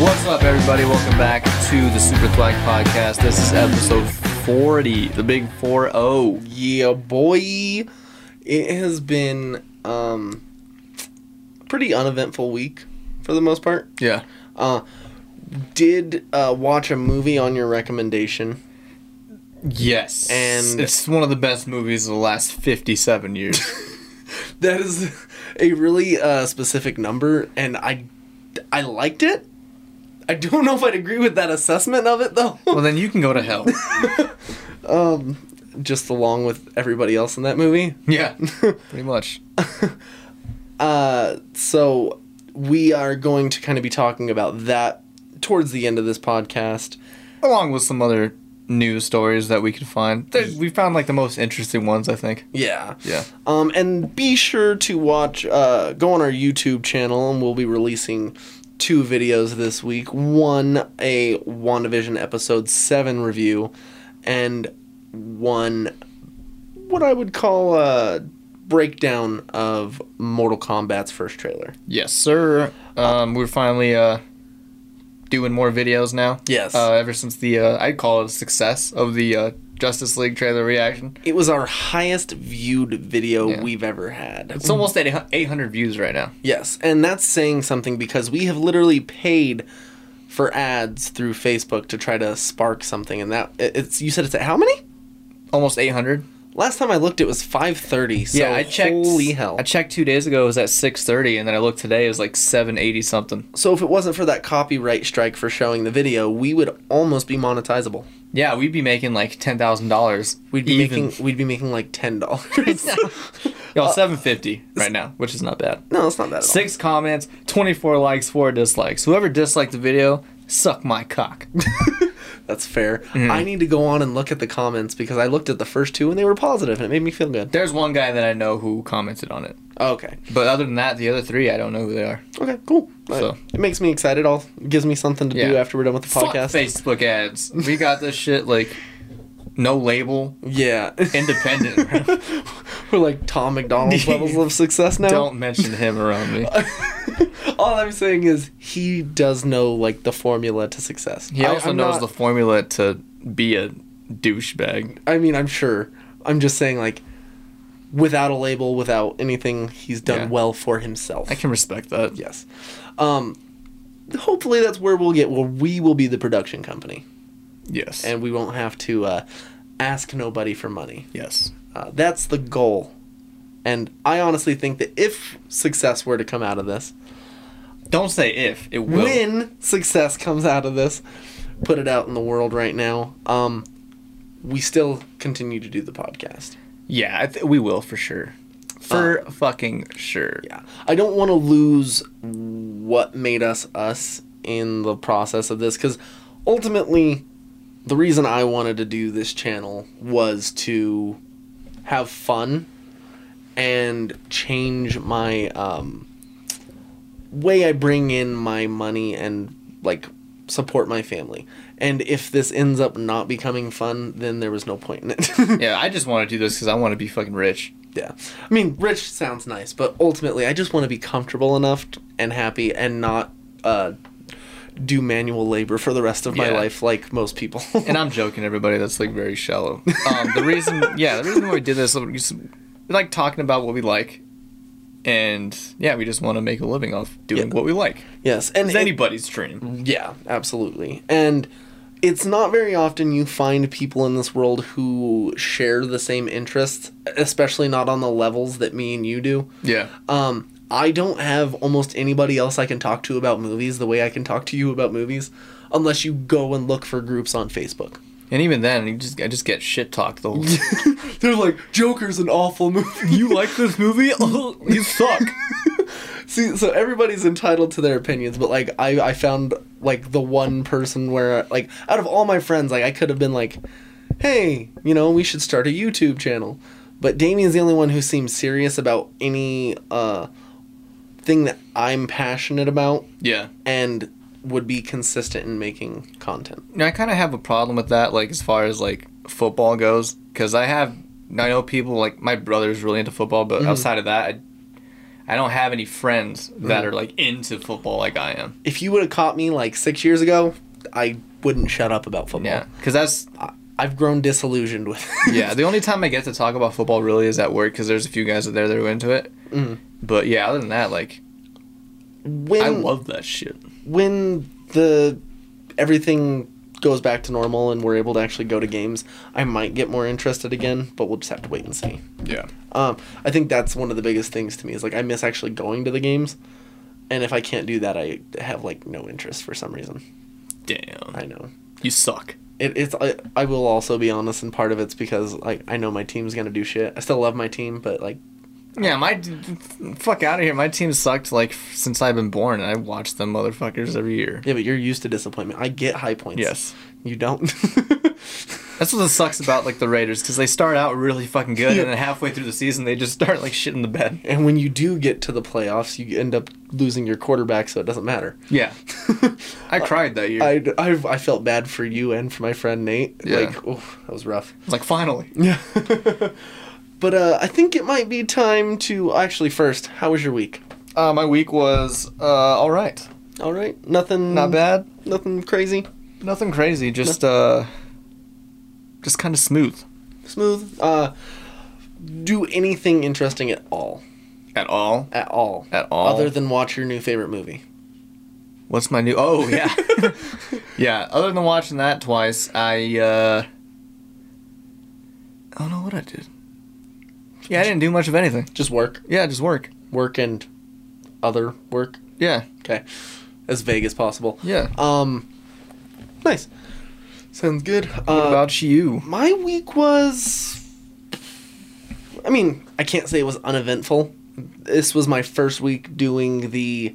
What's up, everybody? Welcome back to the Super Thwack Podcast. This is episode 40, the big oh. 4 0. Yeah, boy. It has been um a pretty uneventful week for the most part. Yeah. Uh did uh, watch a movie on your recommendation. Yes. And- it's one of the best movies of the last 57 years. That is a really uh, specific number and I I liked it. I don't know if I'd agree with that assessment of it though. well, then you can go to hell. Just along with everybody else in that movie. Yeah. Pretty much. Uh, so we are going to kind of be talking about that towards the end of this podcast. Along with some other news stories that we could find. There- We found like the most interesting ones, I think. Yeah. Yeah. Um, and be sure to watch, uh, go on our YouTube channel, and we'll be releasing two videos this week. One, a WandaVision Episode 7 review, and one, what I would call a breakdown of Mortal Kombat's first trailer. Yes, sir. Um, we're finally uh, doing more videos now. Yes. Uh, ever since the uh, I'd call it a success of the uh, Justice League trailer reaction. It was our highest viewed video Yeah. we've ever had. It's almost at 800 views right now. Yes, and that's saying something because we have literally paid for ads through Facebook to try to spark something, and that it- it's you said it's at how many? Almost 800. Last time I looked, it was five thirty. So yeah, I checked. Holy hell! I checked two days ago. It was at 630, and then I looked today. It was like 780 something. so if it wasn't for that copyright strike for showing the video, we would almost be monetizable. Yeah, we'd be making like ten thousand dollars. We'd be making we'd be making like ten dollars. y'all 750 right now, which is not bad. no, it's not that at all. Six comments, 24 likes, four dislikes. Whoever disliked the video, suck my cock. That's fair. Mm-hmm. I need to go on and look at the comments because I looked at the first two and they were positive and it made me feel good. There's one guy that I know who commented on it, Okay. but other than that, the other three I don't know who they are. Okay, cool. So- It makes me excited. All gives me something to do Yeah. after we're done with the Fuck podcast. Facebook ads. We got this shit like no label, Yeah. independent. bro. We're like Tom McDonald's levels of success now. Don't mention him around me. All I'm saying is he does know like the formula to success. He also I, I'm knows not- the formula to be a douchebag. I mean, I'm sure. I'm just saying like without a label, without anything, he's done Yeah. well for himself. I can respect that. yes. Um hopefully that's where we'll get where we will be the production company Yes. and we won't have to uh, ask nobody for money. yes. Uh, that's the goal. And I honestly think that if success were to come out of this, Don't say if it will. when success comes out of this, put it out in the world right now. Um, we still continue to do the podcast. Yeah, I th- we will for sure. For Uh. fucking sure. Yeah, I don't want to lose what made us us in the process of this because ultimately, the reason I wanted to do this channel was to have fun and change my um, way I bring in my money and like support my family. And if this ends up not becoming fun, then there was no point in it. Yeah, I just want to do this because I want to be fucking rich. Yeah. I mean, rich sounds nice, but ultimately, I just want to be comfortable enough t- and happy and not uh, do manual labor for the rest of my Yeah. life like most people. And I'm joking, everybody. That's like very shallow. Um, the reason, yeah, the reason why we did this, we just- we like talking about what we like, and yeah, we just want to make a living off doing Yeah. what we like. yes. And It's it- anybody's dream. yeah, absolutely. And it's not very often you find people in this world who share the same interests, especially not on the levels that me and you do. Yeah. Um, I don't have almost anybody else I can talk to about movies the way I can talk to you about movies, unless you go and look for groups on Facebook. And even then, you just I just get shit talked the whole. They're like, Joker's an awful movie. you like this movie? Oh, you suck. See, so everybody's entitled to their opinions, but like, I, I found like the one person where, like, out of all my friends, like, I could have been like, hey, you know, we should start a YouTube channel. But Damien's the only one who seems serious about any uh, thing that I'm passionate about Yeah. and would be consistent in making content. Now, I kind of have a problem with that, like as far as like football goes, Mm-hmm. because I have I know people like my brother's really into football, but outside of that, I, I don't have any friends that are like into football like I am. If you would have caught me like six years ago, I wouldn't shut up about football. Yeah, because that's I, I've grown disillusioned with. it. yeah. The only time I get to talk about football really is at work because there's a few guys out there that are into it. Mhm. But yeah, other than that, like when I love that shit. when the everything goes back to normal and we're able to actually go to games, I might get more interested again. But we'll just have to wait and see. Yeah. Um, I think that's one of the biggest things to me is like I miss actually going to the games, and if I can't do that, I have like no interest for some reason. Damn. I know You suck. it, it's. I, I will also be honest, and part of it's because like I know my team's gonna do shit. I still love my team, but like Yeah, my fuck out of here. My team sucked like since I've been born, and I watched them motherfuckers every year. yeah, but you're used to disappointment. I get high points. Yes. you don't. That's what sucks about like the Raiders because they start out really fucking good, and then halfway through the season they just start like shit in the bed. and when you do get to the playoffs, you end up losing your quarterback, so it doesn't matter. Yeah, I cried that year. I, I, I felt bad for you and for my friend Nate. Yeah. Like, oh, that was rough. It's like finally. Yeah. but uh, I think it might be time to actually first. How was your week? Uh, my week was uh, all right, All right. Nothing. not bad, Nothing crazy. nothing crazy, just uh, just kind of smooth Smooth. Uh, do anything interesting at all? at all. At all? At all. Other than watch your new favorite movie. What's my new? Oh yeah, yeah. Other than watching that twice, I uh, I don't know what I did. Yeah, I didn't do much of anything. Just work, Yeah, just work. work, and other work. Yeah, Okay. As vague as possible. yeah. Um. Nice. Sounds good. What Uh, about you? my week was i mean i can't say it was uneventful this was my first week doing the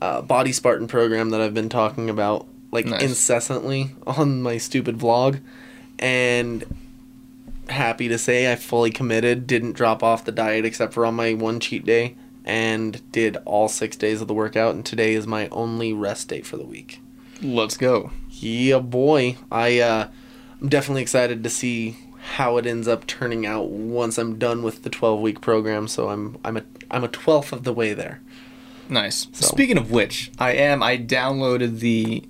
uh, body spartan program that i've been talking about like Nice. incessantly on my stupid vlog and happy to say i fully committed didn't drop off the diet except for on my one cheat day and did all six days of the workout and today is my only rest day for the week Let's go. yeah, boy. I uh, I'm definitely excited to see how it ends up turning out once I'm done with the 12 week program. So I'm I'm a I'm a twelfth of the way there. Nice. So- Speaking of which, I am. I downloaded the,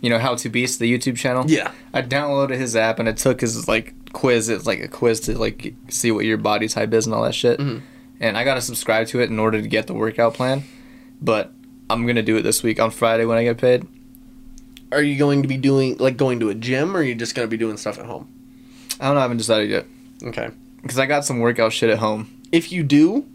you know, How to Beast the YouTube channel. Yeah. I downloaded his app and I took his like quiz. It's like a quiz to like see what your body type is and all that shit. And I gotta subscribe to it in order to get the workout plan. But I'm gonna do it this week on Friday when I get paid. Are you going to be doing like going to a gym, or are you just going to be doing stuff at home? I don't know. I haven't decided yet Okay. because I got some workout shit at home. If you do,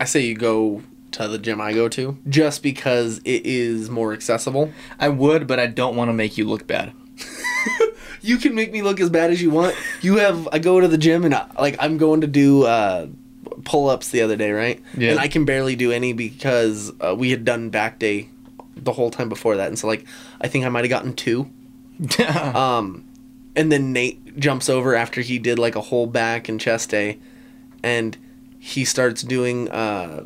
I say you go to the gym I go to, just because it is more accessible. I would, but I don't want to make you look bad. you can make me look as bad as you want. You have I go to the gym and I, like I'm going to do uh, pull ups the other day, right? Yeah. And I can barely do any because uh, we had done back day the whole time before that, and so like I think I might have gotten two. Uh, Um, and then Nate jumps over after he did like a whole back and chest day, and he starts doing uh,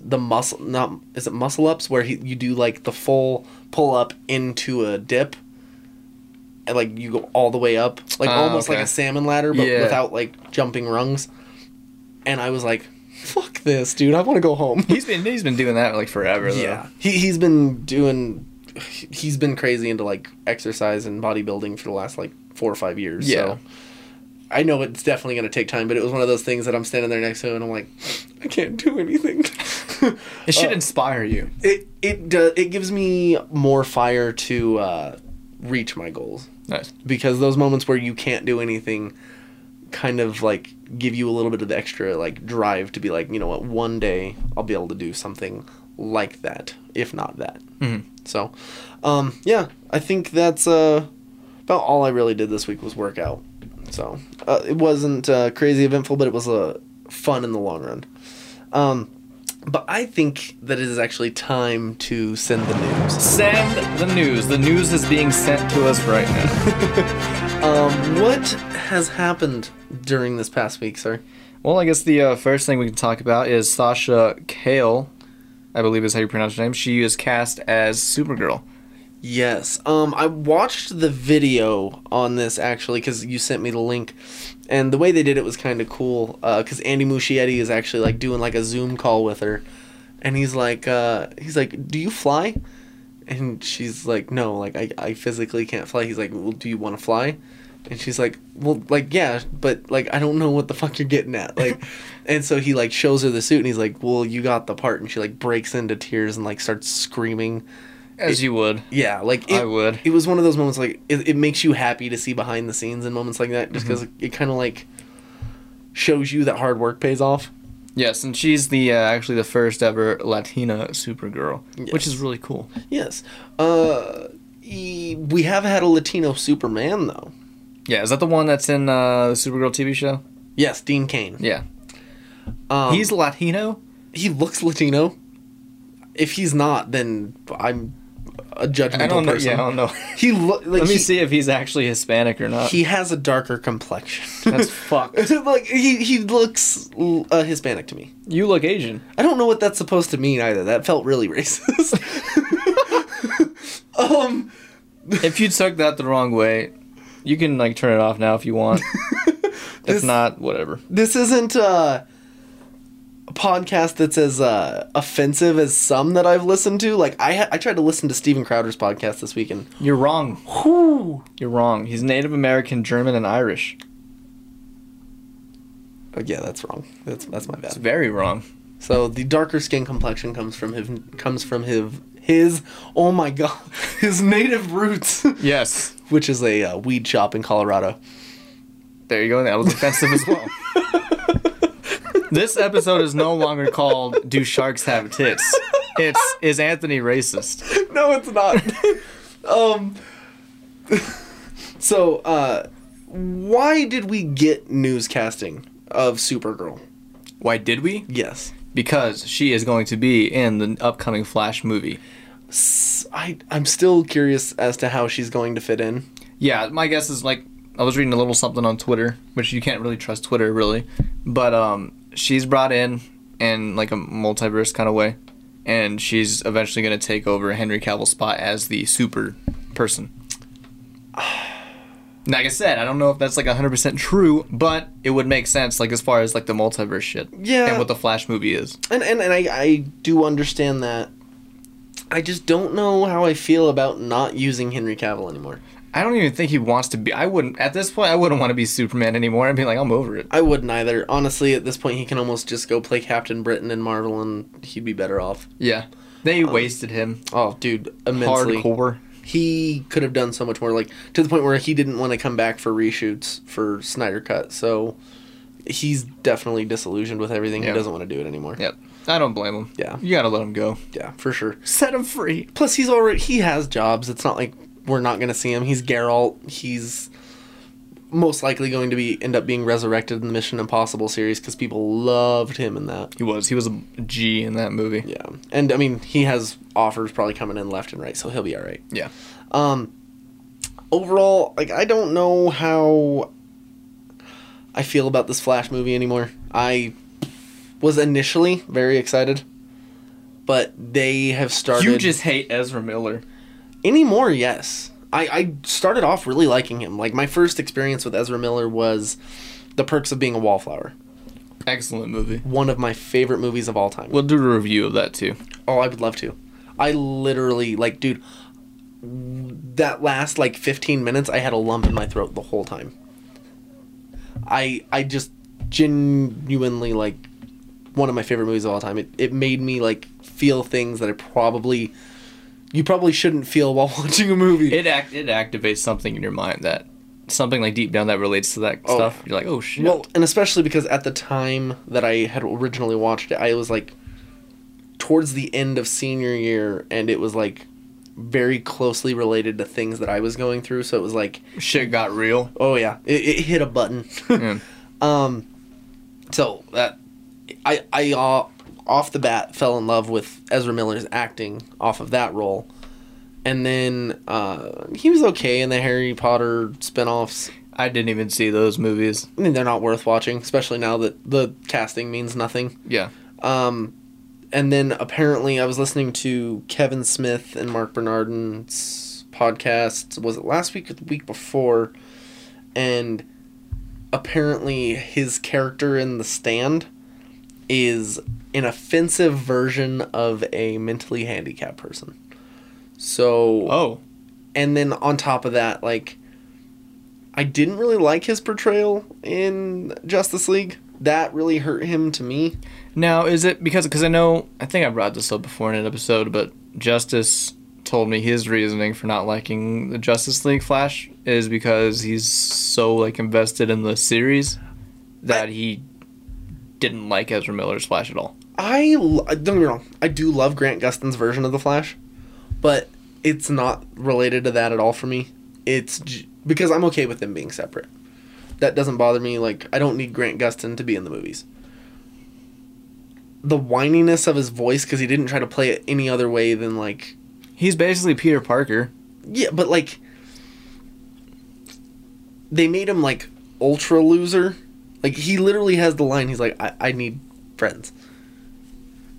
the muscle not is it muscle ups where he, you do like the full pull up into a dip, and like you go all the way up like Ah, almost okay. like a salmon ladder but Yeah. without like jumping rungs, and I was like, "Fuck this, dude! I want to go home." he's been he's been doing that like forever. Though. Yeah, he he's been doing. He's been crazy into like exercise and bodybuilding for the last like four or five years. Yeah. So I know it's definitely gonna take time, but it was one of those things that I'm standing there next to him and I'm like, I can't do anything. It should Uh, inspire you. it it does it gives me more fire to uh, reach my goals Nice. because those moments where you can't do anything kind of like give you a little bit of the extra like drive to be like you know what one day i'll be able to do something like that if not that Mhm. so um yeah i think that's uh about all i really did this week was workout so uh, it wasn't uh, crazy eventful but it was uh, fun in the long run um but i think that it is actually time to send the news Send the news. The news is being sent to us right now. um what has happened during this past week sir well, I guess the uh, first thing we can talk about is Sasha Kale, I believe is how you pronounce her name. She is cast as Supergirl. Yes. Um, I watched the video on this actually because you sent me the link, uh, and the way they did it was kind of cool. Because Andy Muschietti is actually like doing like a Zoom call with her, and he's like, uh, he's like, do you fly? And she's like, no, like I, I physically can't fly. He's like, well, do you want to fly? And she's like, well, like yeah, but like I don't know what the fuck you're getting at, like. and so he like shows her the suit, and he's like, well, you got the part, and she like breaks into tears and like starts screaming. As you would. Yeah, like I would. It was one of those moments like it, it makes you happy to see behind the scenes in moments like that, just because it kind of like shows you that hard work pays off. Yes, and she's the uh, actually the first ever Latina Supergirl, which is really cool. Yes, uh, e- we have had a Latino Superman though. Yeah, is that the one that's in uh, the Supergirl TV show? Yes, Dean Kane. Yeah, Um, he's Latino. he looks Latino. If he's not, then I'm a judgmental I don't know. person. Yeah, I don't know. He look like Let he, me see if he's actually Hispanic or not. he has a darker complexion. That's fucked. like he he looks uh, Hispanic to me. You look Asian. I don't know what that's supposed to mean either. That felt really racist. um, If you took that the wrong way, you can like turn it off now if you want. This- if not, whatever. this isn't uh, a podcast that's as uh, offensive as some that I've listened to. Like I ha- I tried to listen to Steven Crowder's podcast this weekend. You're wrong. Whew. You're wrong. He's Native American, German, and Irish. Oh, yeah, that's wrong. That's that's my bad. It's very wrong. So the darker skin complexion comes from him comes from his his oh my god his native roots, Yes. which is a uh, weed shop in Colorado. There you go. That was offensive as well. this episode is no longer called "Do Sharks Have Tits." It's is Anthony racist? no, it's not. um. so, uh, why did we get newscasting of Supergirl? Why did we? Yes, Because she is going to be in the upcoming Flash movie. S- I I'm still curious as to how she's going to fit in. Yeah, my guess is like I was reading a little something on Twitter, which you can't really trust Twitter really, but um, she's brought in in like a multiverse kind of way, and she's eventually going to take over Henry Cavill's spot as the super person. Like I said, I don't know if that's like 100% true, but it would make sense like as far as like the multiverse shit. Yeah. And what the Flash movie is. And and, and I I do understand that. I just don't know how I feel about not using Henry Cavill anymore. I don't even think he wants to be I wouldn't at this point I wouldn't want to be Superman anymore. I'd be like I'm over it. I wouldn't either. Honestly, at this point, he can almost just go play Captain Britain in Marvel, and he'd be better off. Yeah. They wasted him Oh, dude, Um, immensely. hardcore. he could have done so much more like to the point where he didn't want to come back for reshoots for Snyder cut so he's definitely disillusioned with everything Yeah. he doesn't want to do it anymore Yep. I don't blame him. Yeah. You gotta let him go. yeah for sure Set him free. plus he's already he has jobs it's not like we're not going to see him he's Geralt he's most likely going to be end up being resurrected in the Mission Impossible series cuz people loved him in that He was. He was a G in that movie. yeah and i mean he has offers probably coming in left and right so he'll be all right Yeah. Um, overall, like I don't know how I feel about this Flash movie anymore. I was initially very excited, but they have started You just hate Ezra Miller. anymore. Yes, I I started off really liking him. Like my first experience with Ezra Miller was The Perks of Being a Wallflower, Excellent movie. one of my favorite movies of all time. We'll do a review of that too. Oh, I would love to. I literally like, dude. That last like 15 minutes, I had a lump in my throat the whole time. I I just genuinely like one of my favorite movies of all time. It it made me like feel things that I probably you probably shouldn't feel while watching a movie. It act it activates something in your mind that something like deep down that relates to that Oh. stuff. You're like, oh shit. Well, and especially because at the time that I had originally watched it, I was like towards the end of senior year, and it was like very closely related to things that I was going through. So it was like, shit got real. oh yeah, it, it hit a button. Yeah. um, so that I I uh, off the bat fell in love with Ezra Miller's acting off of that role. And then uh, he was okay in the Harry Potter spinoffs. I didn't even see those movies. I mean, they're not worth watching, especially now that the casting means nothing. Yeah. Um, and then apparently I was listening to Kevin Smith and Mark Bernardin's podcast. Was it last week or the week before? And apparently his character in The Stand is an offensive version of a mentally handicapped person. So Oh, and then on top of that, like I didn't really like his portrayal in Justice League. That really hurt him to me. now is it because because I know I think I brought this up before in an episode, but Justice told me his reasoning for not liking the Justice League Flash is because he's so like invested in the series that he didn't like Ezra Miller's Flash at all. I l- don't get me wrong. I do love Grant Gustin's version of the Flash, but it's not related to that at all for me. It's j- because I'm okay with them being separate. That doesn't bother me. Like I don't need Grant Gustin to be in the movies. The whininess of his voice because he didn't try to play it any other way than like He's basically Peter Parker. yeah, but like they made him like ultra loser. Like he literally has the line. He's like I, I need friends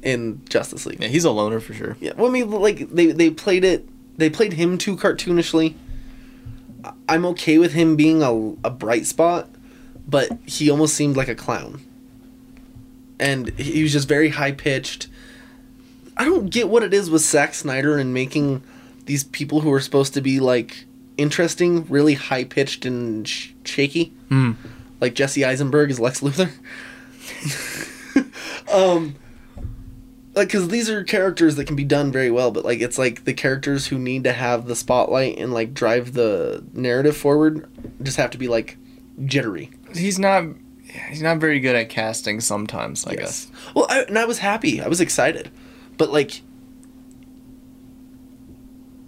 in Justice League. Yeah, he's a loner for sure. Yeah, well, I mean, like they they played it, they played him too cartoonishly. I- I'm okay with him being a, a bright spot, but he almost seemed like a clown. And he was just very high pitched. I don't get what it is with Zack Snyder and making these people who are supposed to be like interesting really high pitched and sh- shaky. Hmm. Like Jesse Eisenberg is Lex Luthor. um like because these are characters that can be done very well but like it's like the characters who need to have the spotlight and like drive the narrative forward just have to be like jittery He's not. He's not very good at casting sometimes. I guess. well I, and i was happy i was excited but like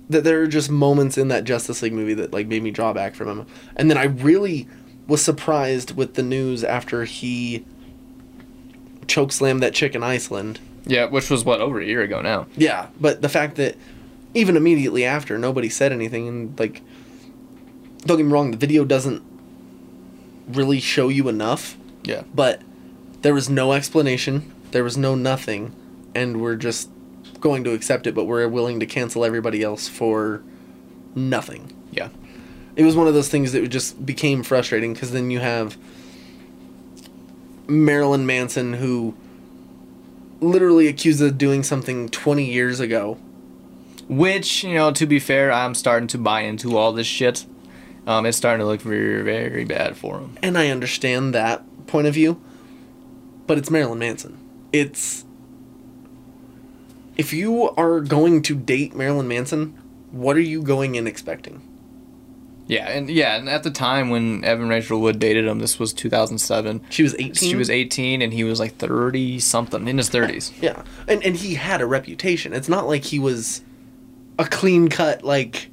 that there are just moments in that justice league movie that like made me draw back from him and then i really was surprised with the news after he choke slammed that chick in iceland Yeah, which was what over a year ago now. Yeah, but the fact that even immediately after nobody said anything and like don't get me wrong, the video doesn't really show you enough, Yeah. but there was no explanation, there was no nothing, and we're just going to accept it, but we're willing to cancel everybody else for nothing Yeah. it was one of those things that just became frustrating because then you have Marilyn Manson who literally accused of doing something 20 years ago. Which, you know, to be fair, I'm starting to buy into all this shit. Um, it's starting to look very, very bad for him. And I understand that point of view, but it's Marilyn Manson. It's. If you are going to date Marilyn Manson, what are you going in expecting? Yeah, and yeah, and at the time when Evan Rachel Wood dated him, this was 2007. She was 18. She was 18 and he was like 30 something, in his 30s. Yeah, and and he had a reputation. It's not like he was a clean cut like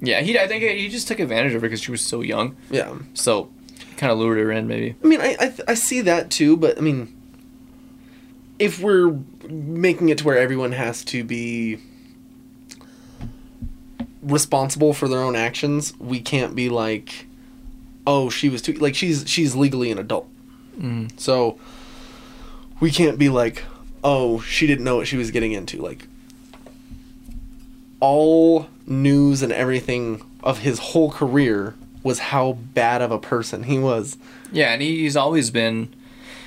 Yeah, he I think he just took advantage of her because she was so young. yeah. So, kind of lured her in maybe. I mean, I, I I see that too, but I mean, if we're making it to where everyone has to be responsible for their own actions, we can't be like, oh, she was too like she's she's legally an adult, Mm. so we can't be like, oh, she didn't know what she was getting into. Like, all news and everything of his whole career was how bad of a person he was. Yeah, and he's always been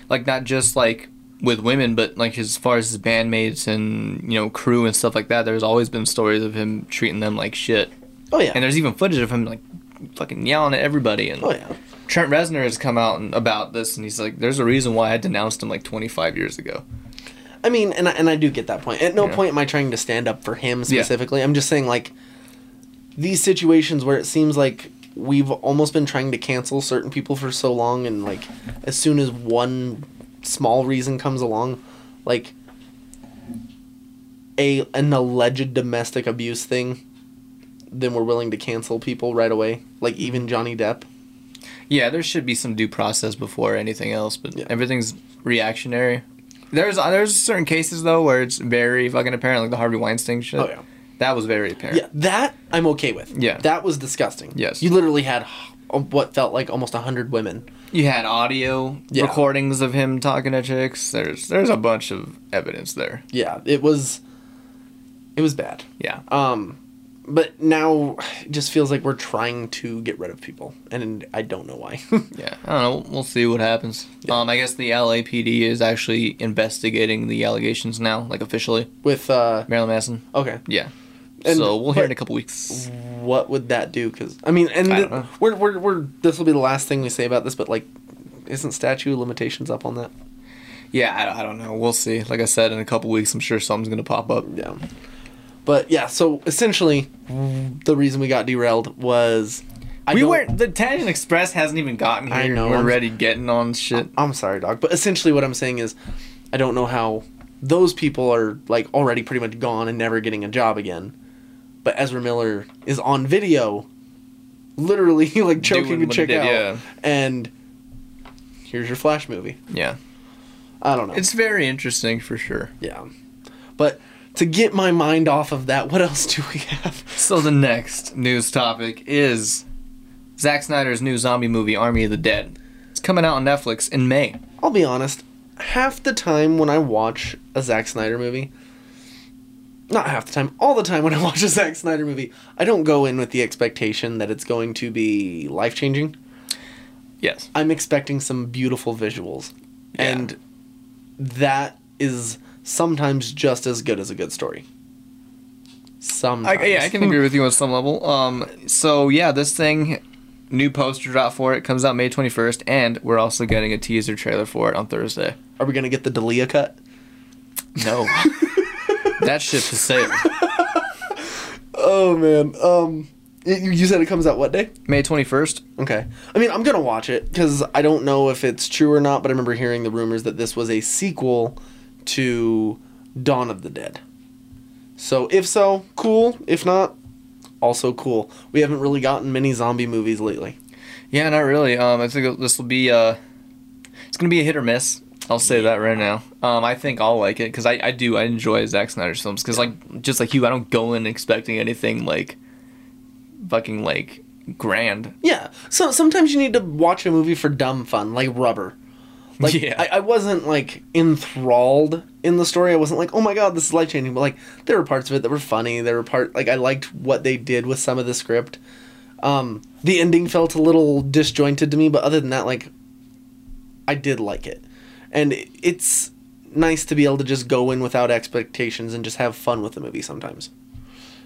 like not just like with women, but like as far as his bandmates and you know crew and stuff like that. There's always been stories of him treating them like shit, Oh yeah. and there's even footage of him like fucking yelling at everybody. And Oh yeah. Trent Reznor has come out and, about this, and he's like, "There's a reason why I denounced him like 25 years ago." I mean, and I, and I do get that point. At no Yeah. point am I trying to stand up for him specifically. I'm just saying like these situations where it seems like we've almost been trying to cancel certain people for so long and like as soon as one small reason comes along like a an alleged domestic abuse thing then we're willing to cancel people right away like even Johnny Depp Yeah, there should be some due process before anything else, but Yeah. everything's reactionary. There's uh, there's certain cases though where it's very fucking apparent, like the Harvey Weinstein shit. Oh, yeah. that was very apparent. Yeah, that I'm okay with. Yeah. That was disgusting. Yes. You literally had h- what felt like almost 100 women. You had audio Yeah. recordings of him talking to chicks. There's there's a bunch of evidence there. Yeah, it was it was bad. Yeah. Um but now it just feels like we're trying to get rid of people, and I don't know why. Yeah, I don't know. We'll see what happens. Um, I guess the LAPD is actually investigating the allegations now, like officially. With uh, Marilyn Manson. okay, Yeah. And- so we'll hear in but- a couple weeks. what would that do? Because I mean, and I th- don't know. we're we're we're this will be the last thing we say about this, but like, isn't statute of limitations up on that? Yeah, I, don't- I don't know. We'll see. Like I said, in a couple weeks, I'm sure something's gonna pop up. Yeah. But yeah, so essentially, the reason we got derailed was I we don't- weren't. The Tangent Express hasn't even gotten here. I know, We're I'm- already getting on shit. I'm sorry, dog. But essentially, what I'm saying is, I don't know how those people are like already pretty much gone and never getting a job again. But Ezra Miller is on video, literally like choking Doing a what he chick did, out, yeah. and here's your Flash movie. Yeah, I don't know. it's very interesting for sure. yeah, but to get my mind off of that, what else do we have? So the next news topic is Zack Snyder's new zombie movie, Army of the Dead. It's coming out on Netflix in May. I'll be honest, half the time when I watch a Zack Snyder movie, not half the time, all the time when I watch a Zack Snyder movie, I don't go in with the expectation that it's going to be life changing. Yes. I'm expecting some beautiful visuals. Yeah. And that is sometimes just as good as a good story. Sometimes. I, yeah, I can agree with you on some level. Um, so yeah, this thing, new poster drop for it comes out May twenty first, and we're also getting a teaser trailer for it on Thursday. Are we going to get the Delia cut? No, that ship has sailed. Oh, man. Um, you you said it comes out what day? May twenty first. Okay. I mean, I'm going to watch it because I don't know if it's true or not, but I remember hearing the rumors that this was a sequel to Dawn of the Dead. So, if so, cool. If not, also cool. We haven't really gotten many zombie movies lately. Yeah, not really. Um, I think this will be uh, it's gonna be a hit or miss. I'll say that right now. Um, I think I'll like it because I, I do I enjoy Zack Snyder's films because like just like you I don't go in expecting anything like fucking like grand. Yeah. So, sometimes you need to watch a movie for dumb fun, like Rubber. Like, Yeah. I, I wasn't, like, enthralled in the story. I wasn't like, oh my god, this is life changing. But, like, there were parts of it that were funny. There were part, like, I liked what they did with some of the script. Um, the ending felt a little disjointed to me, but other than that, like, I did like it, and it- it's nice to be able to just go in without expectations and just have fun with the movie sometimes.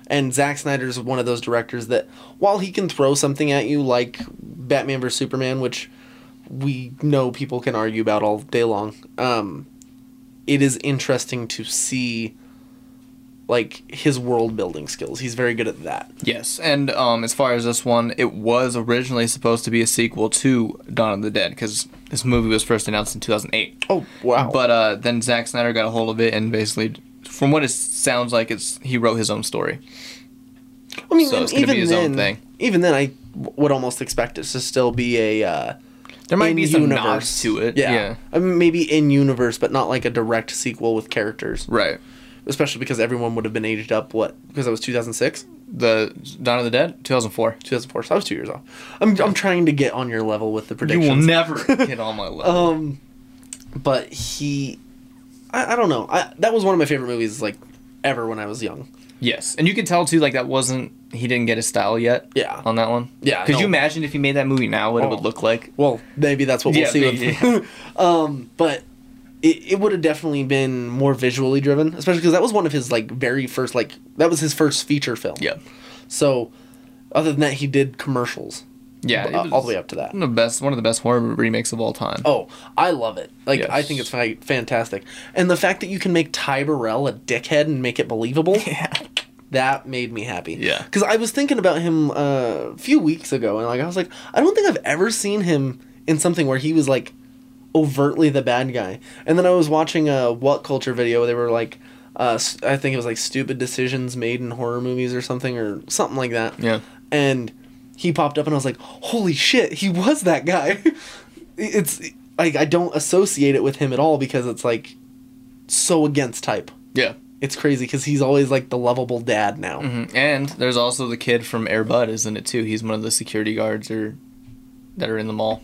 And Zack Snyder's one of those directors that, while he can throw something at you like Batman vs Superman, which we know people can argue about all day long, um, it is interesting to see like his world building skills. He's very good at that. Yes, and um, as far as this one, it was originally supposed to be a sequel to Dawn of the Dead because this movie was first announced in 2008. Oh wow! But uh, then Zack Snyder got a hold of it and basically, from what it sounds like, it's he wrote his own story. I mean, So and it's gonna even be his then, own thing. even then, I w- would almost expect it to still be a uh, There might be some in-universe. nods to it. Yeah, yeah. I mean, maybe in universe, but not like a direct sequel with characters. Right. Especially because everyone would have been aged up. What? Because that was two thousand six, The Dawn of the Dead, 2004. two thousand four. So I was two years off. I'm I'm trying to get on your level with the You predictions. will never get on my level. Um, but he, I, I don't know. I, that was one of my favorite movies, like ever when I was young. yes, and you can tell too, like that wasn't he didn't get his style yet. Yeah. On that one. Yeah, Could no. you imagine if he made that movie now, what it Oh. would look like? Well, maybe that's what we'll Yeah, see. maybe, With, um, but it, it would have definitely been more visually driven, especially because that was one of his like very first like that was his first feature film. Yeah. So, other than that, he did commercials Yeah. it uh, all was- the way up to that. One of the best, one of the best horror remakes of all time. Oh, I love it. Like I Yes. think it's fa- fantastic, and the fact that you can make Ty Burrell a dickhead and make it believable. That made me happy. Yeah. Because I was thinking about him uh, a few weeks ago, and like I was like, I don't think I've ever seen him in something where he was like overtly the bad guy. And then I was watching a What Culture video. Where they were like, uh, s- I think it was like stupid decisions made in horror movies or something or something like that. Yeah. And he popped up, and I was like, holy shit, he was that guy. it's like I don't associate it with him at all because it's like so against type. Yeah. It's crazy because he's always like the lovable dad now. Mhm. And there's also the kid from Air Bud, isn't it too? He's one of the security guards or that are in the mall.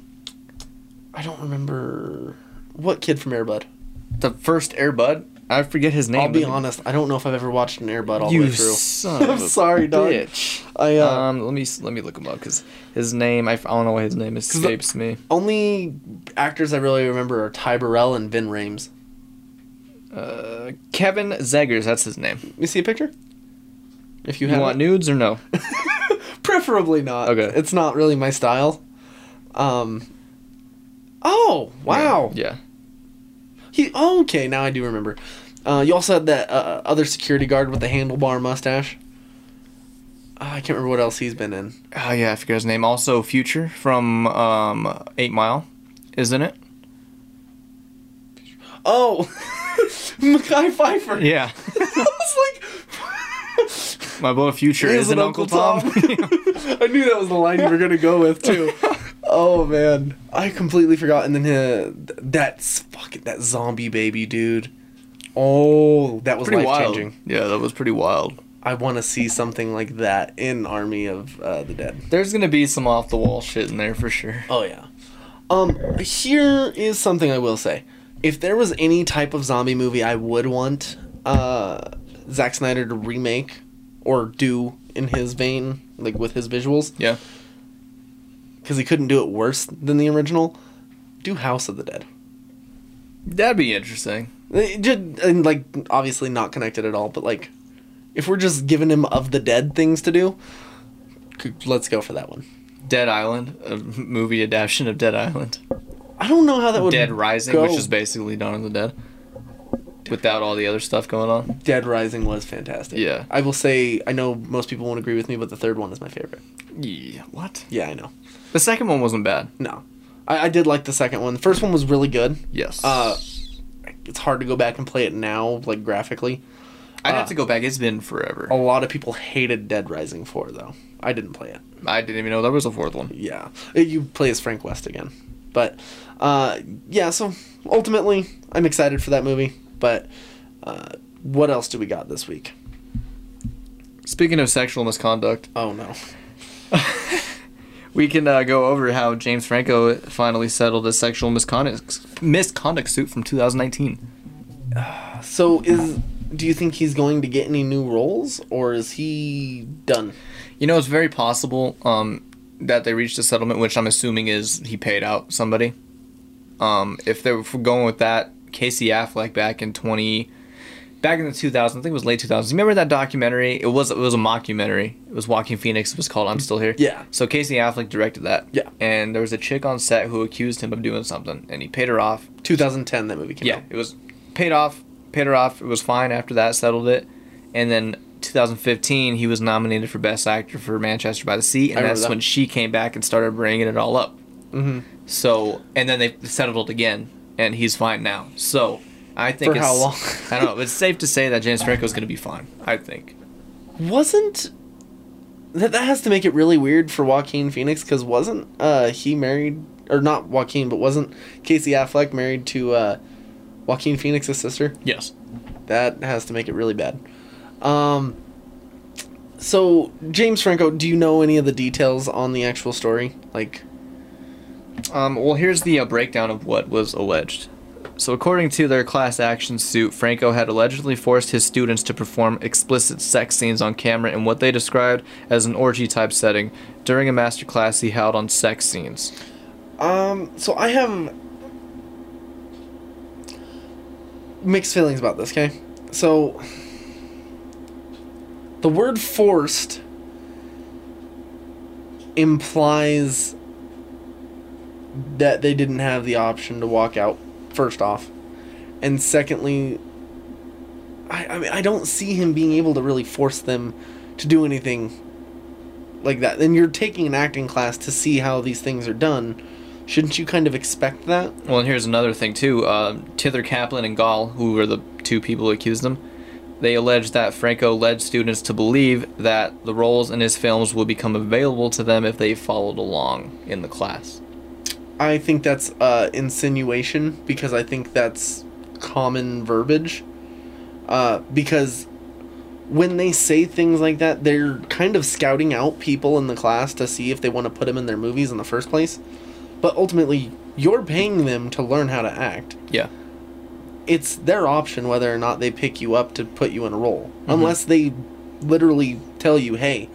I don't remember what kid from Airbud. The first Air Bud, I forget his name. I'll be but- honest. I don't know if I've ever watched an Air Bud all the You way through. son I'm of a sorry, dog. bitch. I uh, Um, let me let me look him up because his name I, f- I don't know why his name the- escapes me. only actors I really remember are Ty Burrell and Vin Rames. Uh, Kevin Zegers, that's his name. You see a picture? If you, You, have want it. nudes or no? preferably not. Okay. It's not really my style. Um. Oh wow. Yeah. He okay. Now I do remember. Uh, you also had that uh, other security guard with the handlebar mustache. Uh, I can't remember what else he's been in. Oh yeah, I forget his name. Also, Future from um Eight Mile, isn't it? Oh, Mackay Pfeiffer. Yeah. I was like, My boy Future is an Uncle, Tom. I knew that was the line you were gonna go with too. Oh man, I completely forgot. And then uh, th- that's fucking that zombie baby dude. Oh, that was pretty life wild. changing. Yeah, that was pretty wild. I want to see something like that in Army of uh, the Dead. There's gonna be some off the wall shit in there for sure. Oh yeah. Um, here is something I will say. If there was any type of zombie movie I would want uh, Zack Snyder to remake or do in his vein, like with his visuals, Yeah. because he couldn't do it worse than the original, do House of the Dead. That'd be interesting. Just, and like obviously not connected at all, but like if we're just giving him of the dead things to do, c- let's go for that one. Dead Island, a movie adaptation of Dead Island. I don't know how that would Dead Rising, go. which is basically Dawn of the Dead, without all the other stuff going on. Dead Rising was fantastic. Yeah. I will say I know most people won't agree with me, but the third one is my favorite. Yeah. What? Yeah, I know. The second one wasn't bad. No, I, I did like the second one. The first one was really good. Yes. Uh, It's hard to go back and play it now, like graphically. I'd uh, have to go back. It's been forever. A lot of people hated Dead Rising four though. I didn't play it. I didn't even know there was a fourth one. yeah Uh, you play as frank west again but uh yeah so ultimately i'm excited for that movie but uh what else do we got this week Speaking of sexual misconduct, oh no we can uh, go over how James Franco finally settled a sexual misconduct misconduct suit from 2019. so is do you think he's going to get any new roles or is he done You know, it's very possible um, that they reached a settlement, which I'm assuming is he paid out somebody. Um, if they were going with that, Casey Affleck back in 20, back in the 2000s, I think it was late 2000s. You Remember that documentary? It was it was a mockumentary. It was Walking Phoenix. It was called I'm Still Here. Yeah. So Casey Affleck directed that. Yeah. And there was a chick on set who accused him of doing something, and he paid her off. 2010 that movie came Yeah, out it was paid off, paid her off. It was fine after that, settled it. And then 2015, he was nominated for Best Actor for Manchester by the Sea, I and remember that's that. when she came back and started bringing it all up. mm-hmm. So, and then they settled again, and he's fine now. So, I think For it's, how long? I don't know. It's safe to say that James Franco's going to be fine. I think. wasn't that that has to make it really weird for Joaquin Phoenix because wasn't uh he married or not Joaquin but wasn't Casey Affleck married to uh Joaquin Phoenix's sister? Yes. That has to make it really bad. Um, so James Franco, do you know any of the details on the actual story? Like, Um, well, here's the uh, breakdown of what was alleged. So, according to their class action suit, Franco had allegedly forced his students to perform explicit sex scenes on camera in what they described as an orgy type setting during a master class he held on sex scenes. um, so I have mixed feelings about this. Okay, so the word "forced" implies that they didn't have the option to walk out. First off, and secondly, I, I mean I don't see him being able to really force them to do anything like that. Then you're taking an acting class to see how these things are done. Shouldn't you kind of expect that? Well, and here's another thing, too. Uh, Tither Kaplan and Gall, who were the two people who accused him, they alleged that Franco led students to believe that the roles in his films would become available to them if they followed along in the class. I think that's uh, insinuation because I think that's common verbiage. Uh, because when they say things like that, they're kind of scouting out people in the class to see if they want to put them in their movies in the first place. But ultimately, you're paying them to learn how to act. Yeah. it's their option whether or not they pick you up to put you in a role. Unless they literally tell you, hey,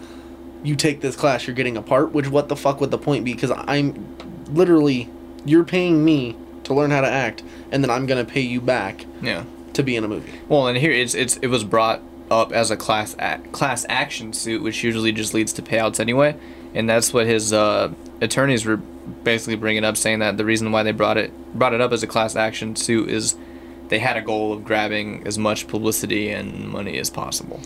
you take this class, you're getting a part, which what the fuck would the point be? Because I'm literally, you're paying me to learn how to act, and then I'm going to pay you back Yeah. to be in a movie. Well, and here it's it's it was brought up as a class ac class action suit, which usually just leads to payouts anyway, and that's what his uh, attorneys were basically bringing up, saying that the reason why they brought it brought it up as a class action suit is they had a goal of grabbing as much publicity and money as possible.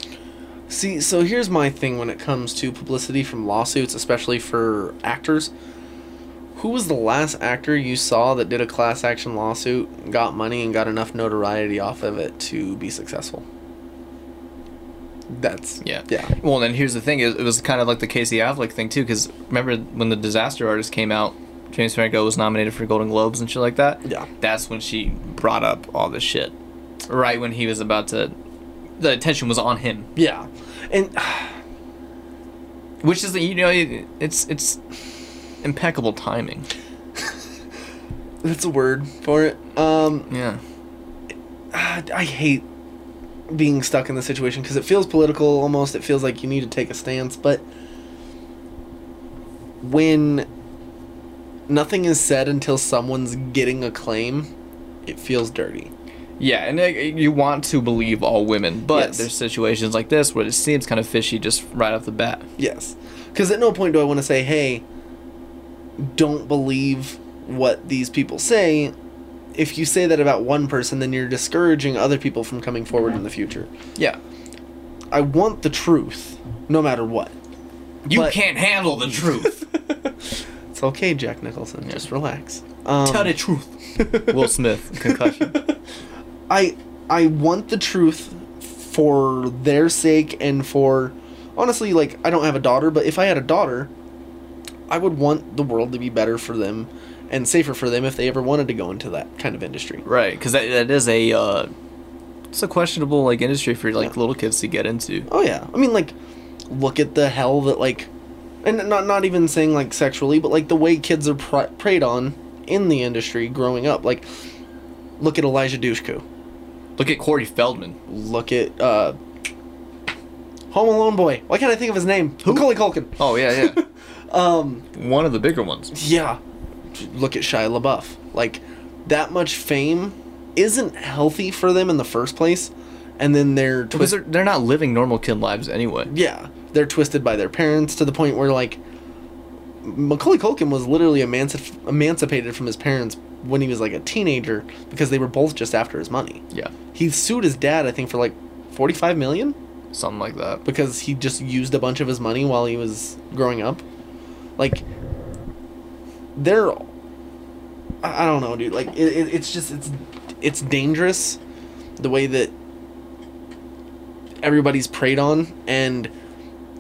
See, so here's my thing when it comes to publicity from lawsuits, especially for actors. Who was the last actor you saw that did a class action lawsuit, got money, and got enough notoriety off of it to be successful? That's Yeah. yeah. Well, then here's the thing: it, it was kind of like the Casey Affleck thing too, because remember when the Disaster Artist came out, James Franco was nominated for Golden Globes and shit like that. Yeah. That's when she brought up all this shit, right when he was about to. The attention was on him, Yeah, and which is the you know it- it's it's impeccable timing. that's a word for it. Um, Yeah. I I hate being stuck in this situation because it feels political almost. It feels like you need to take a stance, but when nothing is said until someone's getting a claim, it feels dirty. Yeah, and like, you want to believe all women, but Yes. there's situations like this where it seems kind of fishy just right off the bat. Yes. Because at no point do I want to say, hey, don't believe what these people say. If you say that about one person, then you're discouraging other people from coming forward in the future. Yeah. I want the truth, no matter what. You But- can't handle the truth. It's okay, Jack Nicholson. Just relax. Um, Tell the truth. Will Smith concussion. I I want the truth for their sake and for honestly, like I don't have a daughter, but if I had a daughter, I would want the world to be better for them and safer for them if they ever wanted to go into that kind of industry. Right, because that, that is a uh, it's a questionable like industry for like little kids to get into. Oh yeah, I mean like, look at the hell that like, and not not even saying like sexually, but like the way kids are pre- preyed on in the industry growing up. Like, look at Elijah Dushku. Look at Corey Feldman. look at uh Home Alone boy. Why can't I think of his name? Macaulay Culkin. Oh yeah, yeah. um, one of the bigger ones. Yeah. Look at Shia LaBeouf. Like that much fame isn't healthy for them in the first place, and then they're Because twisted. they're they're not living normal kid lives anyway. Yeah, they're twisted by their parents to the point where like Macaulay Culkin was literally emanci- emancipated from his parents when he was like a teenager because they were both just after his money. Yeah, He sued his dad, I think, for like forty-five million. something like that. because he just used a bunch of his money while he was growing up. Like, they're. I I don't know, dude. Like, it, it, it's just it's it's dangerous, the way that everybody's preyed on, and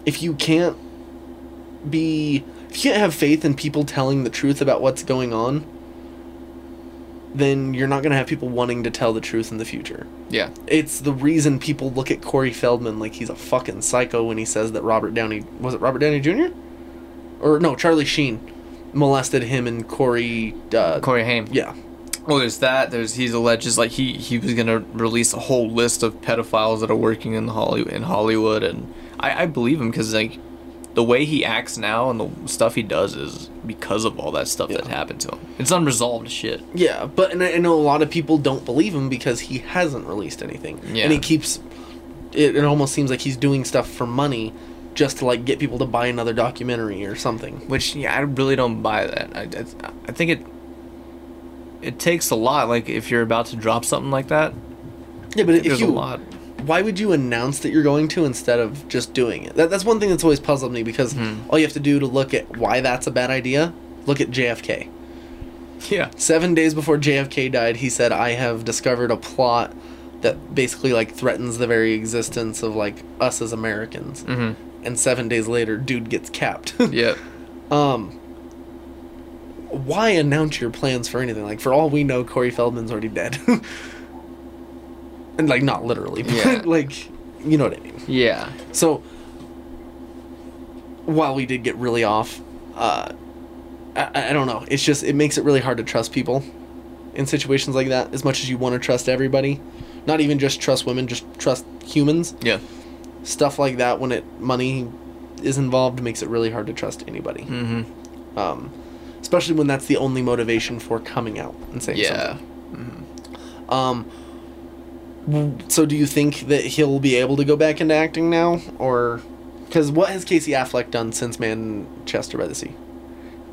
if you can't be if you can't have faith in people telling the truth about what's going on, then you're not gonna have people wanting to tell the truth in the future Yeah, it's the reason people look at Corey Feldman like he's a fucking psycho when he says that Robert Downey was it Robert Downey Jr. or no Charlie Sheen molested him and Corey. Uh, Corey Haim. Yeah, Well, Oh, there's that. There's he's alleges like he he was gonna release a whole list of pedophiles that are working in Hollywood in Hollywood, and I I believe him because like the way he acts now and the stuff he does is because of all that stuff that Yeah. happened to him. It's unresolved shit. yeah, but and I I know a lot of people don't believe him because he hasn't released anything, Yeah. and he keeps. It, it almost seems like he's doing stuff for money, just to like get people to buy another documentary or something. Which yeah, I really don't buy that. I, I, I think it it takes a lot. Like if you're about to drop something like that, Yeah, but if there's a you lot. why would you announce that you're going to instead of just doing it? That, that's one thing that's always puzzled me because Hmm. all you have to do to look at why that's a bad idea, look at JFK. Yeah. Seven days before JFK died, he said, I have discovered a plot that basically like threatens the very existence of like us as Americans. Mm-hmm. And seven days later, dude gets capped. Yeah. why announce your plans for anything? Like, for all we know, Corey Feldman's already dead. and like, not literally, but Yeah. like, you know what I mean. Yeah. So, while we did get really off, uh, I, I don't know. It's just it makes it really hard to trust people in situations like that as much as you want to trust everybody. Not even just trust women, just trust humans. Yeah. Stuff like that when it money is involved makes it really hard to trust anybody. Mm-hmm. Um, especially when that's the only motivation for coming out and saying Yeah. something. Um w- so do you think that he'll be able to go back into acting now or cuz what has Casey Affleck done since Manchester by the Sea?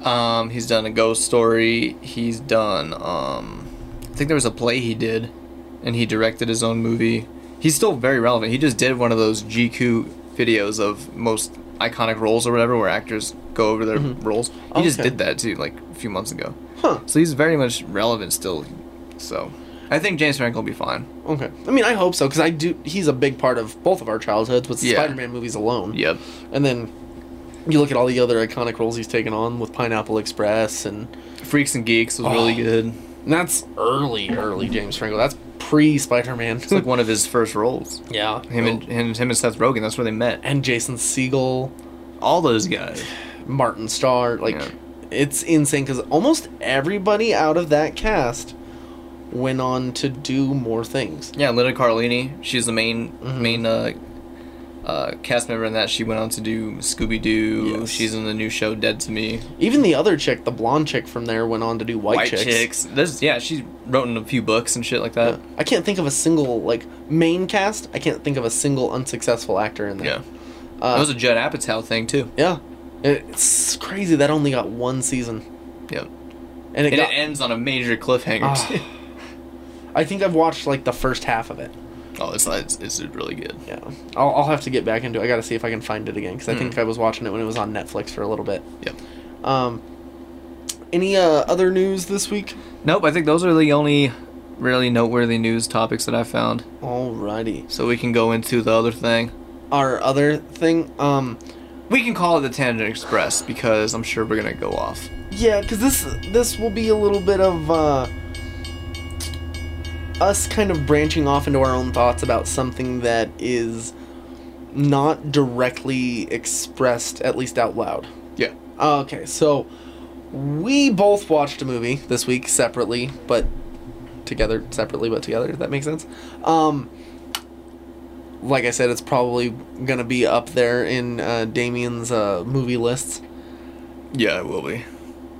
Um, he's done a ghost story. He's done. Um, I think there was a play he did, and he directed his own movie. He's still very relevant. He just did one of those GQ videos of most iconic roles or whatever, where actors go over their roles. He just Mm-hmm. Oh, Okay. did that too, like a few months ago. Huh. So he's very much relevant still. So, I think James Franco will be fine. Okay. I mean, I hope so because I do. He's a big part of both of our childhoods with the Yeah. Spider-Man movies alone. Yep. And then you look at all the other iconic roles he's taken on with Pineapple Express, and, Freaks and Geeks was really Oh. good. and that's early, early James Franco. That's pre-Spider-Man. It's like one of his first roles. yeah. Him and, and him and Seth Rogen. That's where they met. and Jason Segel, All those guys. Martin Starr, like Yeah. it's insane because almost everybody out of that cast went on to do more things. Yeah, Linda Carlini. She's the main main uh, uh, cast member in that. She went on to do Scooby Doo. Yes. She's in the new show Dead to Me. Even the other chick, the blonde chick from there, went on to do White, White Chicks. Chicks. There's yeah. She wrote in a few books and shit like Uh, that. I can't think of a single like main cast. I can't think of a single unsuccessful actor in Yeah. there. that Uh, was a Judd Apatow thing too. yeah. It's crazy that only got one season, Yeah. and it And got. it ends on a major cliffhanger. too. Ah. I think I've watched like the first half of it. oh, it's, it's it's really good. Yeah, I'll, I'll have to get back into. it. I gotta see if I can find it again because I think I was watching it when it was on Netflix for a little bit. Yep. Um, any uh, other news this week? Nope. I think those are the only really noteworthy news topics that I found. Alrighty, So we can go into the other thing. our other thing. Um, We can call it the Tangent Express because I'm sure we're gonna go off. Yeah, because this this will be a little bit of uh, us kind of branching off into our own thoughts about something that is not directly expressed, at least out loud. Yeah. Uh, Okay, so we both watched a movie this week separately, but together, separately but together. If that makes sense. Um, like I said, it's probably gonna be up there in uh, Damien's uh, movie lists. Yeah, it will be.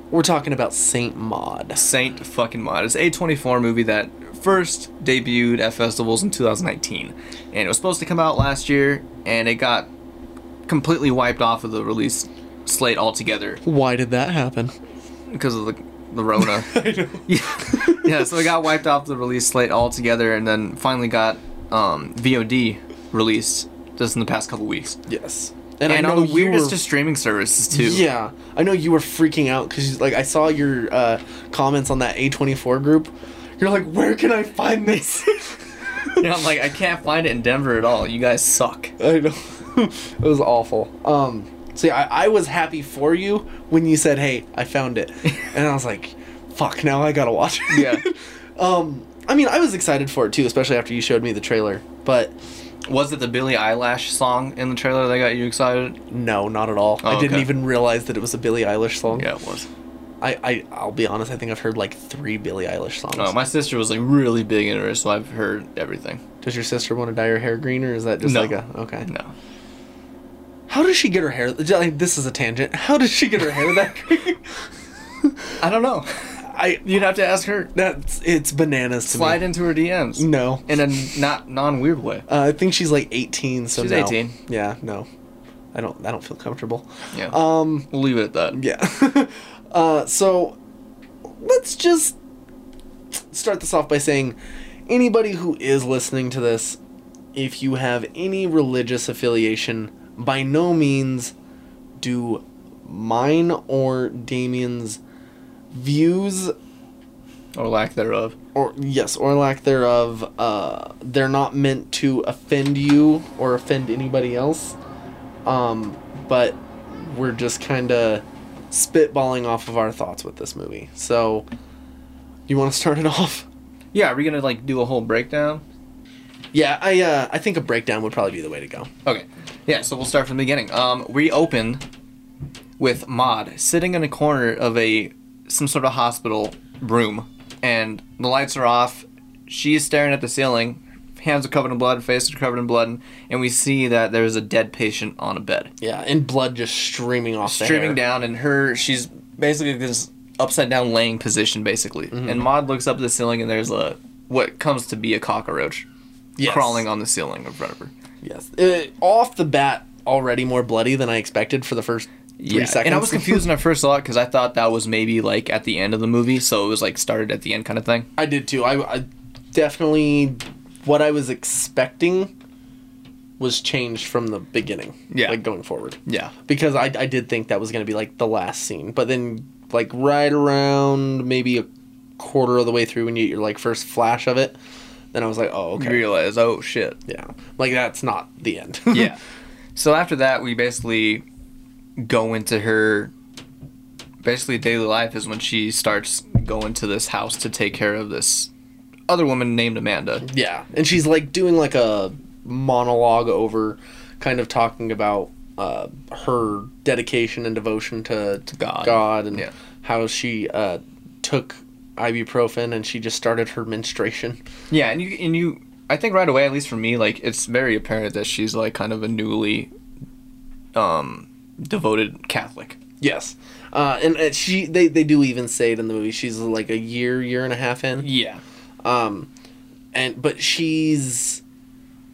We're talking about Saint Maud. Saint fucking Maud. It's a 24 movie that first debuted at festivals in 2019, and it was supposed to come out last year, and it got completely wiped off of the release slate altogether Why did that happen? because of the the Rona. yeah. yeah, so it got wiped off the release slate altogether, and then finally got um, VOD released just in the past couple weeks, Yes. and, I know on the you weirdest were- to streaming services too. Yeah, I know you were freaking out because like I saw your uh, comments on that A24 group. You're like, where can I find this? And I'm like, I can't find it in Denver at all. You guys suck. I know. it was awful. Um, see, I, I was happy for you when you said, "Hey, I found it," and I was like, "Fuck, now I gotta watch it." Yeah. um, I mean, I was excited for it too, especially after you showed me the trailer. But Was it the Billie Eyelash song in the trailer that got you excited? no, not at all. I Oh, didn't okay. even realize that it was a Billie Eilish song. it was. I, I I'll be honest. I think I've heard like three Billie Eilish songs. No, Oh, my sister was like really big into her, so I've heard everything. Does your sister want to dye her hair green, or is that just No. like a okay? No. How does she get her hair? like, This is a tangent. How does she get her hair that green? I don't know. I You'd have to ask her. that's it's bananas to Slide me. into her DMs. No, In a not non weird way. uh, I think she's like eighteen. So She's no. 18. Yeah, no, I don't. I don't feel comfortable. Yeah. Um. we'll leave it at that. Yeah. uh, so let's just start this off by saying anybody who is listening to this, if you have any religious affiliation, by no means do mine or Damien's views Or lack thereof. or yes or lack thereof uh, they're not meant to offend you or offend anybody else um, but we're just kind of spitballing off of our thoughts with this movie so you want to start it off Yeah, are we gonna like do a whole breakdown? yeah i uh, i think a breakdown would probably be the way to go Okay. Yeah, so we'll start from the beginning. Um, we opened with Maud sitting in a corner of a some sort of hospital room and the lights are off. She's staring at the ceiling. Hands are covered in blood, face are covered in blood, and we see that there's a dead patient on a bed, Yeah, and blood just streaming off the streaming hair. down. And her, she's basically this upside down laying position, basically. And Maud looks up at the ceiling, and there's a what comes to be a cockroach Yes. crawling on the ceiling in front of her. Yes. Uh, off the bat, already more bloody than I expected for the first three seconds. and I was confused when I first saw it because I thought that was maybe like at the end of the movie, so it was like started at the end kind of thing. I did too. I, I definitely what I was expecting was changed from the beginning. Yeah. Like going forward. Yeah, Because I, I did think that was going to be like the last scene. But then, like, right around maybe a quarter of the way through when you get your like first flash of it, then I was like, oh, you okay. realize, oh shit. Yeah. Like, that's not the end. yeah. So after that, we basically go into her basically daily life is when she starts going to this house to take care of this other woman named Amanda. Yeah, and she's like doing like a monologue over, kind of talking about uh, her dedication and devotion to, to God. and Yeah. how she uh, took ibuprofen and she just started her menstruation. Yeah, and you and you I think right away at least for me like it's very apparent that she's like kind of a newly um devoted Catholic. Yes, uh, and uh, she they they do even say it in the movie. She's like a year year and a half in. Yeah. um and but she's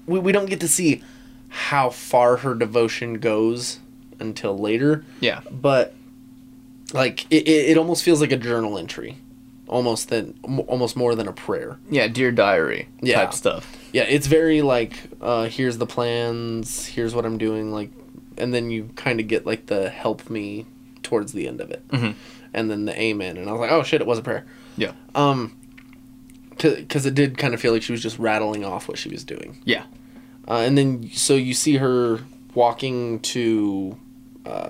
we, we don't get to see how far her devotion goes until later Yeah. but like it, it, it almost feels like a journal entry almost than m- almost more than a prayer Yeah, dear diary Yeah. type stuff. yeah it's very like uh here's the plans here's what i'm doing like and then you kind of get like the help me towards the end of it and then the amen and i was like oh shit it was a prayer Yeah. um because it did kind of feel like she was just rattling off what she was doing Yeah. uh, and then so you see her walking to uh,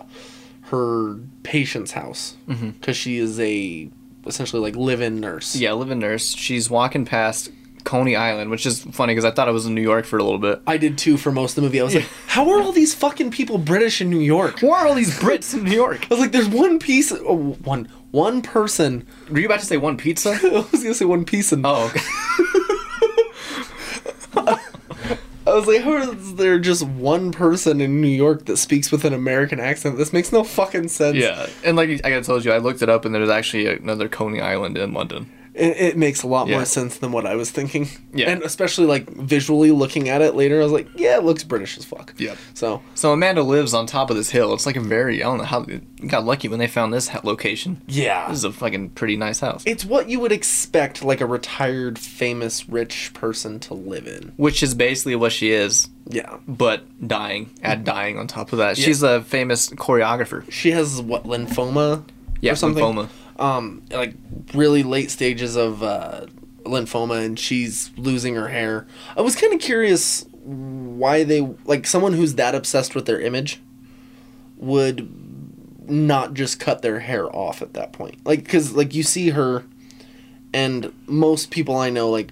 her patient's house because she is a essentially like live-in nurse Mm-hmm. Yeah, live in nurse. She's walking past Coney Island, which is funny because I thought it was in New York for a little bit. i did too for most of the movie i was like how are all these fucking people british in new york i Why are all these Brits in New York? was like there's one piece oh, one one person Were you about to say one pizza? i was gonna say one piece and Oh, okay. i was like how is there just one person in new york that speaks with an american accent this makes no fucking sense yeah. And like I told you, I looked it up, and there's actually another Coney Island in London. it, it makes a lot Yeah. more sense than what I was thinking. Yeah. And especially like visually looking at it later, I was like, yeah, it looks British as fuck. Yep. So So Amanda lives on top of this hill. It's like a very I don't know how they got lucky when they found this ha- location. yeah, This is a fucking pretty nice house, it's what you would expect like a retired, famous, rich person to live in. which is basically what she is, Yeah. but dying. Add dying on top of that. She's a famous choreographer. She has what lymphoma Yeah, or something. lymphoma. Um, like really late stages of uh, lymphoma, and she's losing her hair. I was kind of curious why they like someone who's that obsessed with their image would not just cut their hair off at that point. Like, because, like, you see her, and most people I know, like,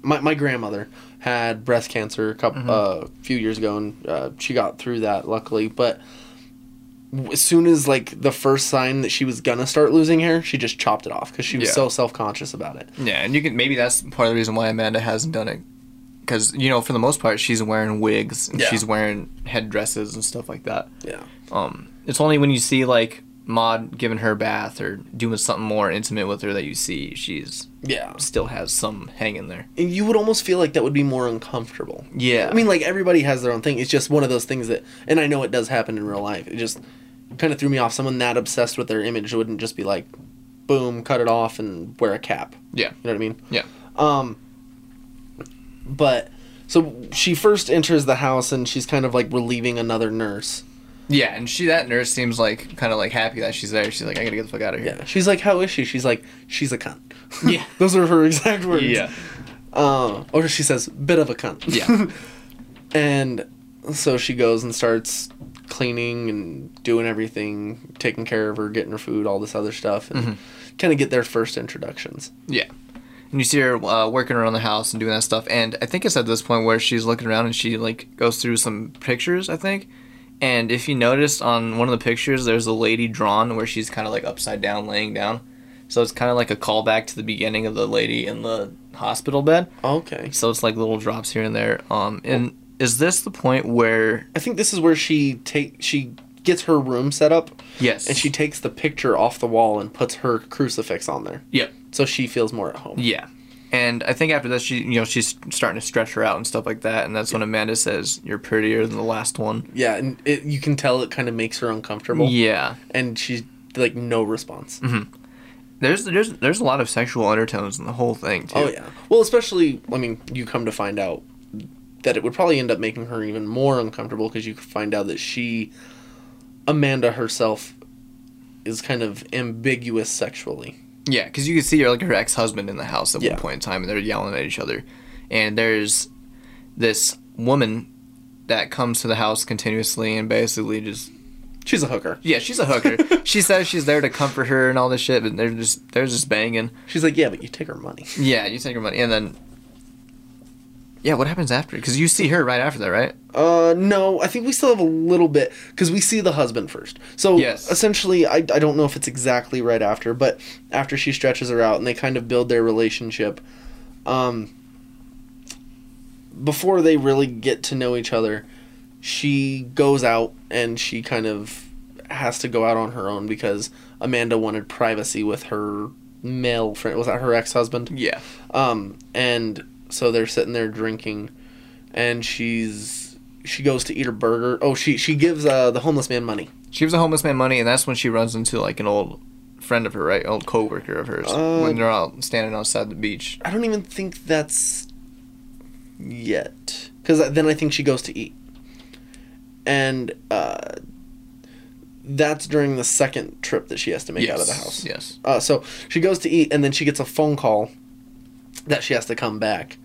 my, my grandmother had breast cancer a couple, uh, few years ago, and uh, she got through that, luckily. But w- as soon as, like, the first sign that she was gonna start losing hair, she just chopped it off because she was Yeah. so self conscious about it. Yeah, and you can maybe that's part of the reason why Amanda hasn't done it, because you know for the most part she's wearing wigs and Yeah. she's wearing headdresses and stuff like that. Yeah. Um, it's only when you see like Maud giving her a bath or doing something more intimate with her that you see she's Yeah. still has some hanging there. And you would almost feel like that would be more uncomfortable. Yeah, I mean, like everybody has their own thing. It's just one of those things that, and I know it does happen in real life. It just kind of threw me off. Someone that obsessed with their image wouldn't just be like, boom, cut it off and wear a cap. yeah, You know what I mean? yeah, Um, but so she first enters the house and she's kind of like relieving another nurse. yeah. And she that nurse seems like kind of like happy that she's there. She's like, I gotta get the fuck out of here. Yeah. She's like, how is she? She's like, she's a cunt. Yeah. those are her exact words. yeah, Uh, or she says, bit of a cunt. yeah. And so she goes and starts cleaning and doing everything, taking care of her, getting her food, all this other stuff, and Mm-hmm. kind of get their first introductions. Yeah. And you see her uh, working around the house and doing that stuff. And I think it's at this point where she's looking around and she like goes through some pictures, I think. And if you notice on one of the pictures, there's a lady drawn where she's kind of like upside down, laying down. So it's kind of like a callback to the beginning of the lady in the hospital bed. Okay. So it's like little drops here and there. Um, and is this the point where? I think this is where she take she gets her room set up Yes. and she takes the picture off the wall and puts her crucifix on there. Yep. So she feels more at home. Yeah. And I think after that, she you know she's starting to stretch her out and stuff like that, and that's when Amanda says, "You're prettier than the last one." Yeah, and it, you can tell it kind of makes her uncomfortable. Yeah. And she's like no response. There's there's there's a lot of sexual undertones in the whole thing too. Oh yeah. Well, especially I mean, you come to find out that it would probably end up making her even more uncomfortable because you find out that she, Amanda herself, is kind of ambiguous sexually. Yeah, because you can see her like her ex husband in the house at Yeah. one point in time, and they're yelling at each other. And there's this woman that comes to the house continuously and basically just She's a hooker. yeah, she's a hooker. she says she's there to comfort her and all this shit, but they're just they're just banging. She's like, yeah, but you take her money. Yeah, you take her money, and then yeah, what happens after? Because you see her right after that, right? Uh, no, I think we still have a little bit because we see the husband first. So Yes. essentially, I, I don't know if it's exactly right after, but after she stretches her out and they kind of build their relationship, um, before they really get to know each other, she goes out and she kind of has to go out on her own because Amanda wanted privacy with her male friend. Was that her ex husband? Yeah, Um, and so they're sitting there drinking, and she's she goes to eat her burger. Oh, she she gives uh, the homeless man money. she gives a homeless man money, and that's when she runs into like an old friend of her, right, old coworker of hers, Uh, when they're out standing outside the beach. I don't even think that's yet, because then I think she goes to eat, and uh, that's during the second trip that she has to make out of the house. Yes. Uh, so she goes to eat, and then she gets a phone call that she has to come back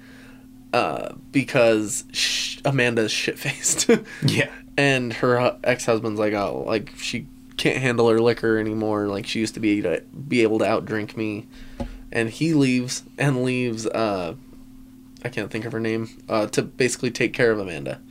uh, because sh- Amanda's shit faced. Yeah. and her hu- ex-husband's like oh like she can't handle her liquor anymore like she used to be to be able to outdrink me and he leaves and leaves uh i can't think of her name uh to basically take care of amanda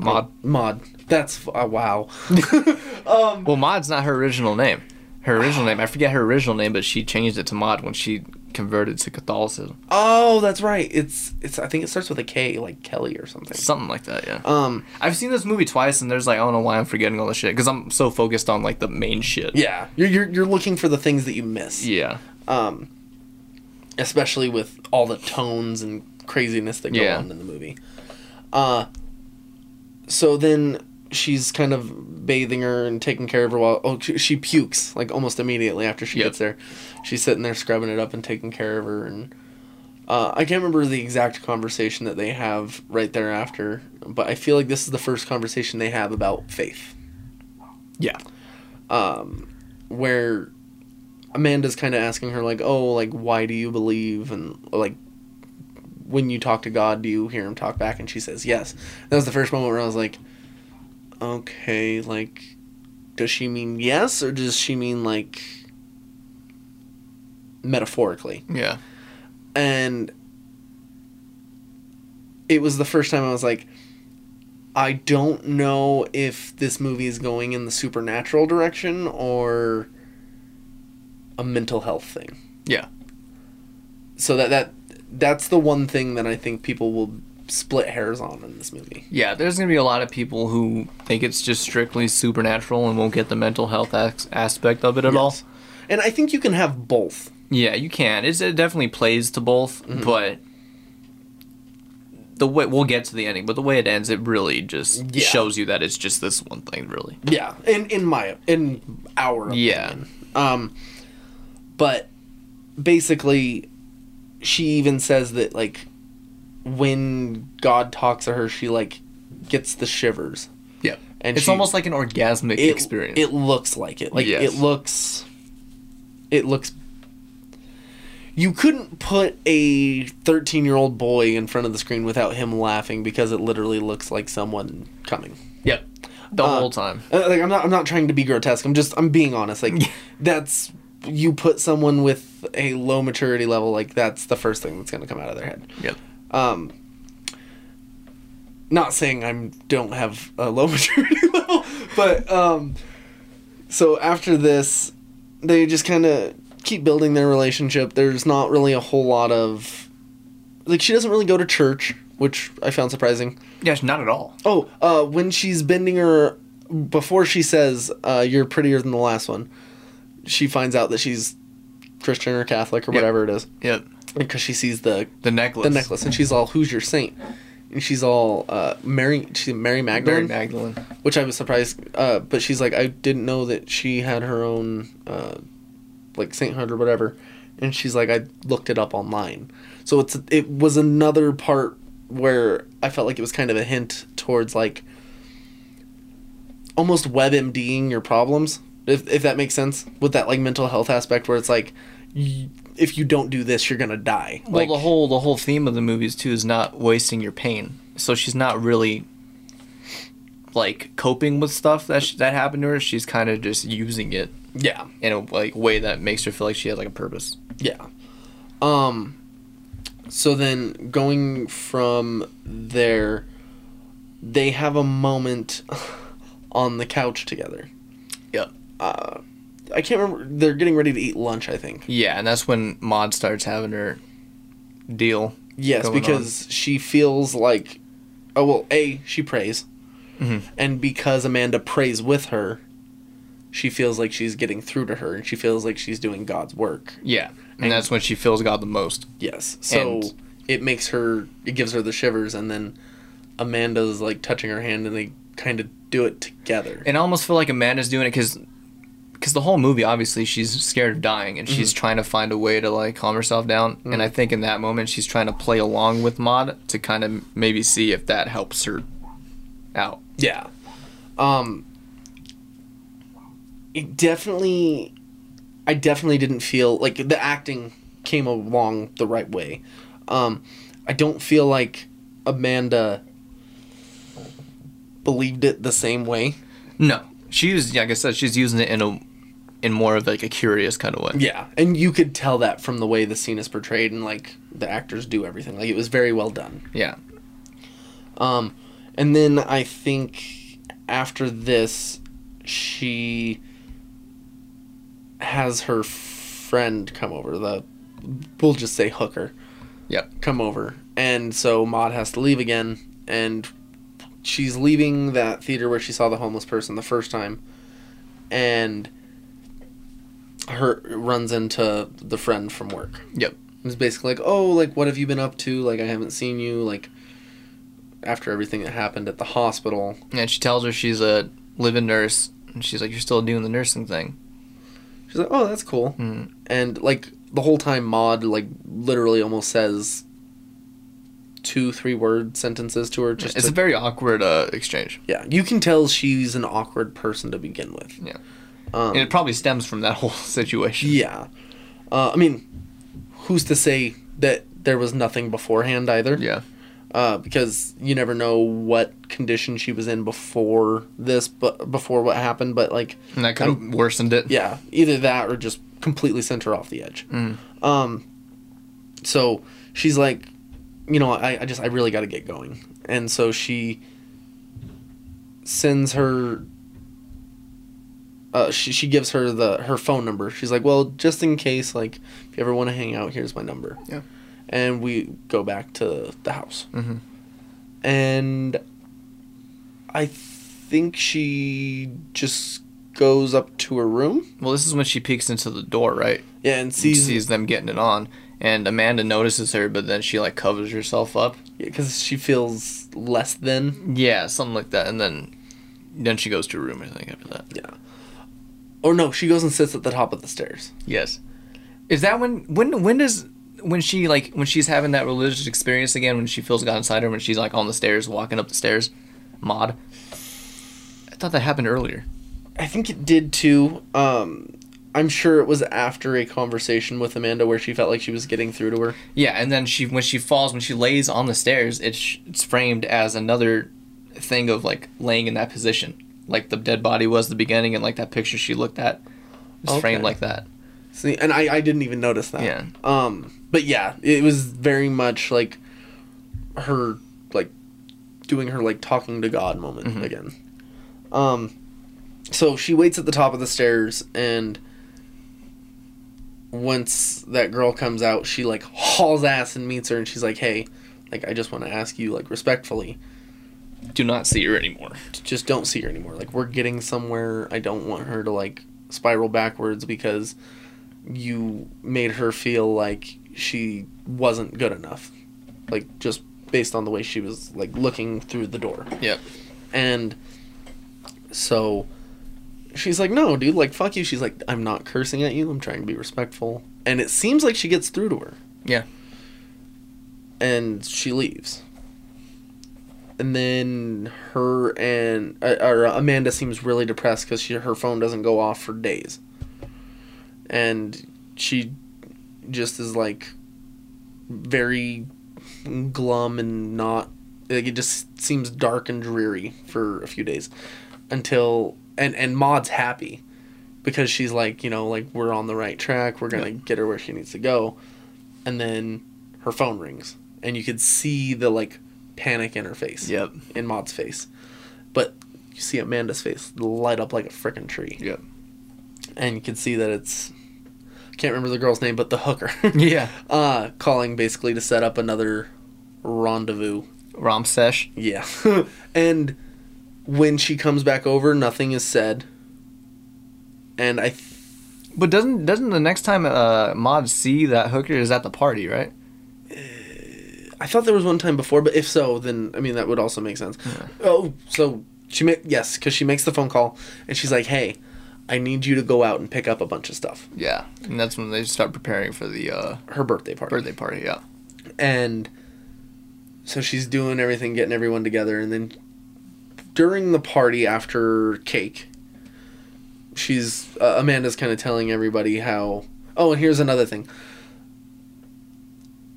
Oh. Maud. maud that's uh, wow Well, Maud's not her original name. Her original name, I forget her original name, but she changed it to Maud when she converted to Catholicism. oh that's right it's it's i think it starts with a k like kelly or something Something like that, yeah. um I've seen this movie twice, and there's like, I don't know why I'm forgetting all this shit, because I'm so focused on like the main shit. yeah you're, you're you're looking for the things that you miss Yeah. um, especially with all the tones and craziness that go Yeah. on in the movie. Uh, so then she's kind of bathing her and taking care of her while oh she, she pukes like almost immediately after she Yep. gets there. She's sitting there scrubbing it up and taking care of her and. Uh, I can't remember the exact conversation that they have right thereafter, but I feel like this is the first conversation they have about faith Um, Yeah. where Amanda's kind of asking her like, "Oh, like why do you believe?" and like when you talk to God, do you hear him talk back? And she says, "Yes." That was the first moment where I was like, "Okay, like does she mean yes or does she mean like metaphorically?" Yeah. And it was the first time I was like, I don't know if this movie is going in the supernatural direction or a mental health thing. Yeah. So that that that's the one thing that I think people will split hairs on in this movie. Yeah, there's going to be a lot of people who think it's just strictly supernatural and won't get the mental health as- aspect of it at all. And I think you can have both. Yeah, you can. It's, it definitely plays to both, Mm-hmm. but the way we'll get to the ending, but the way it ends, it really just Yeah. shows you that it's just this one thing, really. Yeah, in in my in our Yeah. opinion. Um, but basically, she even says that like when God talks to her, she like gets the shivers. Yeah, And it's she- almost like an orgasmic It, experience. It looks like it. Like Yes. it looks. It looks. You couldn't put a thirteen-year-old boy in front of the screen without him laughing because it literally looks like someone coming. yep, the Uh, whole time. Uh, like I'm not I'm not trying to be grotesque. I'm just I'm being honest. Like that's you put someone with a low maturity level like that's the first thing that's going to come out of their head. Yep. Um not saying I'm don't have a low maturity level, but um so after this they just kind of keep building their relationship. There's not really a whole lot of like she doesn't really go to church, which I found surprising. Yeah, not at all. Oh, uh, when she's bending her before she says uh, "you're prettier than the last one," she finds out that she's Christian or Catholic or Yep. whatever it is Yep. because she sees the The necklace. the necklace and she's all "Who's your saint?" and she's all uh, Mary. She's Mary Mary Magdalene, Magdalene. which I was surprised. Uh, but she's like, I didn't know that she had her own uh, like sainthood or whatever. And she's like, I looked it up online. So it's it was another part where I felt like it was kind of a hint towards like almost WebMDing your problems, if if that makes sense, with that like mental health aspect where it's like. Y- if you don't do this, you're gonna die. like, well, the whole the whole theme of the movies too is not wasting your pain. So she's not really like coping with stuff that sh- that happened to her. She's kind of just using it yeah, in a like way that makes her feel like she has like a purpose. Yeah. Um so then going from there they have a moment on the couch together. Uh, Yep. I can't remember they're getting ready to eat lunch, I think. Yeah, and that's when Maud starts having her deal. Yes, going on. because she feels like oh well, A, she prays. Mhm. And because Amanda prays with her, she feels like she's getting through to her and she feels like she's doing God's work. Yeah, and that's when she feels God the most. Yes. So And- it makes her it gives her the shivers and then Amanda's like touching her hand and they kind of do it together. And I almost feel like Amanda's doing it because the whole movie obviously she's scared of dying and she's trying to find a way to like calm herself down and i think in that moment she's trying to play along with maud to kind of maybe see if that helps her out Yeah. Um it definitely I definitely didn't feel like the acting came along the right way. Um I don't feel like Amanda believed it the same way. no she's like i said she's using it in a in more of like a curious kind of way Yeah, and you could tell that from the way the scene is portrayed and like the actors do everything. Like it was very well done. yeah Um, and then I think after this, she has her friend come over. The we'll just say hooker yep come over, and so Maud has to leave again, and she's leaving that theater where she saw the homeless person the first time, and her runs into the friend from work. yep It was basically like, oh, like what have you been up to? Like I haven't seen you. Like after everything that happened at the hospital. and she tells her she's a living nurse and she's like you're still doing the nursing thing She's like, oh, that's cool. Mm. And like the whole time, Maud like literally almost says two, three word sentences to her. Just it's to- a very awkward uh, exchange yeah, you can tell she's an awkward person to begin with. Yeah. Um, and it probably stems from that whole situation yeah. Uh, I mean, who's to say that there was nothing beforehand either? yeah uh, because you never know what condition she was in before this, but before what happened. But like, and that could have worsened it yeah, either that or just completely sent her off the edge. Mm. Um, so she's like, you know, I, I just I really got to get going, and so she sends her. Uh, she, she gives her the her phone number. She's like, well, just in case, like, if you ever want to hang out, here's my number. Yeah. And we go back to the house. Mhm. And I think she just goes up to her room. Well, this is when she peeks into the door, right? Yeah, and She sees sees them getting it on, and Amanda notices her, but then she like covers herself up. because she feels less than, Yeah, something like that, and then then she goes to her room. I think after that. or no, she goes and sits at the top of the stairs. Yes. Is that when when when does when she like when she's having that religious experience again when she feels God inside her when she's like on the stairs walking up the stairs, Maud. I thought that happened earlier. I think it did too. Um, I'm sure it was after a conversation with Amanda where she felt like she was getting through to her. Yeah, and then she when she falls when she lays on the stairs, it's it's framed as another thing of like laying in that position, like the dead body was the beginning, and like that picture she looked at, it's Okay. framed like that. See, and I, I didn't even notice that. Yeah. Um, but yeah, it was very much like her like doing her like talking to God moment again. Um, so she waits at the top of the stairs and once that girl comes out, she like hauls ass and meets her, and she's like, "Hey, like I just want to ask you, like respectfully, Do not see her anymore. just don't see her anymore. Like we're getting somewhere. I don't want her to like spiral backwards because you made her feel like she wasn't good enough. Like just based on the way she was like looking through the door. Yep. And so she's like, "No, dude, like fuck you." She's like, "I'm not cursing at you. I'm trying to be respectful." And it seems like she gets through to her Yeah. and she leaves. And then her and uh, or Amanda seems really depressed because she her phone doesn't go off for days, and she just is like very glum and not like it just seems dark and dreary for a few days until and and Maud's happy because she's like you know like we're on the right track we're gonna get her where she needs to go, and then her phone rings and you could see the like panic in her face Yep. in Maud's face, but you see Amanda's face light up like a freaking tree Yep. and you can see that it's can't remember the girl's name but the hooker Yeah. uh calling basically to set up another rendezvous Rom sesh. yeah and when she comes back over nothing is said and i th- But doesn't doesn't the next time uh Mod see that hooker is at the party, right? i thought there was one time before but if so then i mean that would also make sense oh so she ma- yes because she makes the phone call and she's like hey i need you to go out and pick up a bunch of stuff Yeah. And that's when they start preparing for the uh her birthday party birthday party, yeah. and so she's doing everything getting everyone together and then during the party after cake she's uh, amanda's kind of telling everybody how oh and here's another thing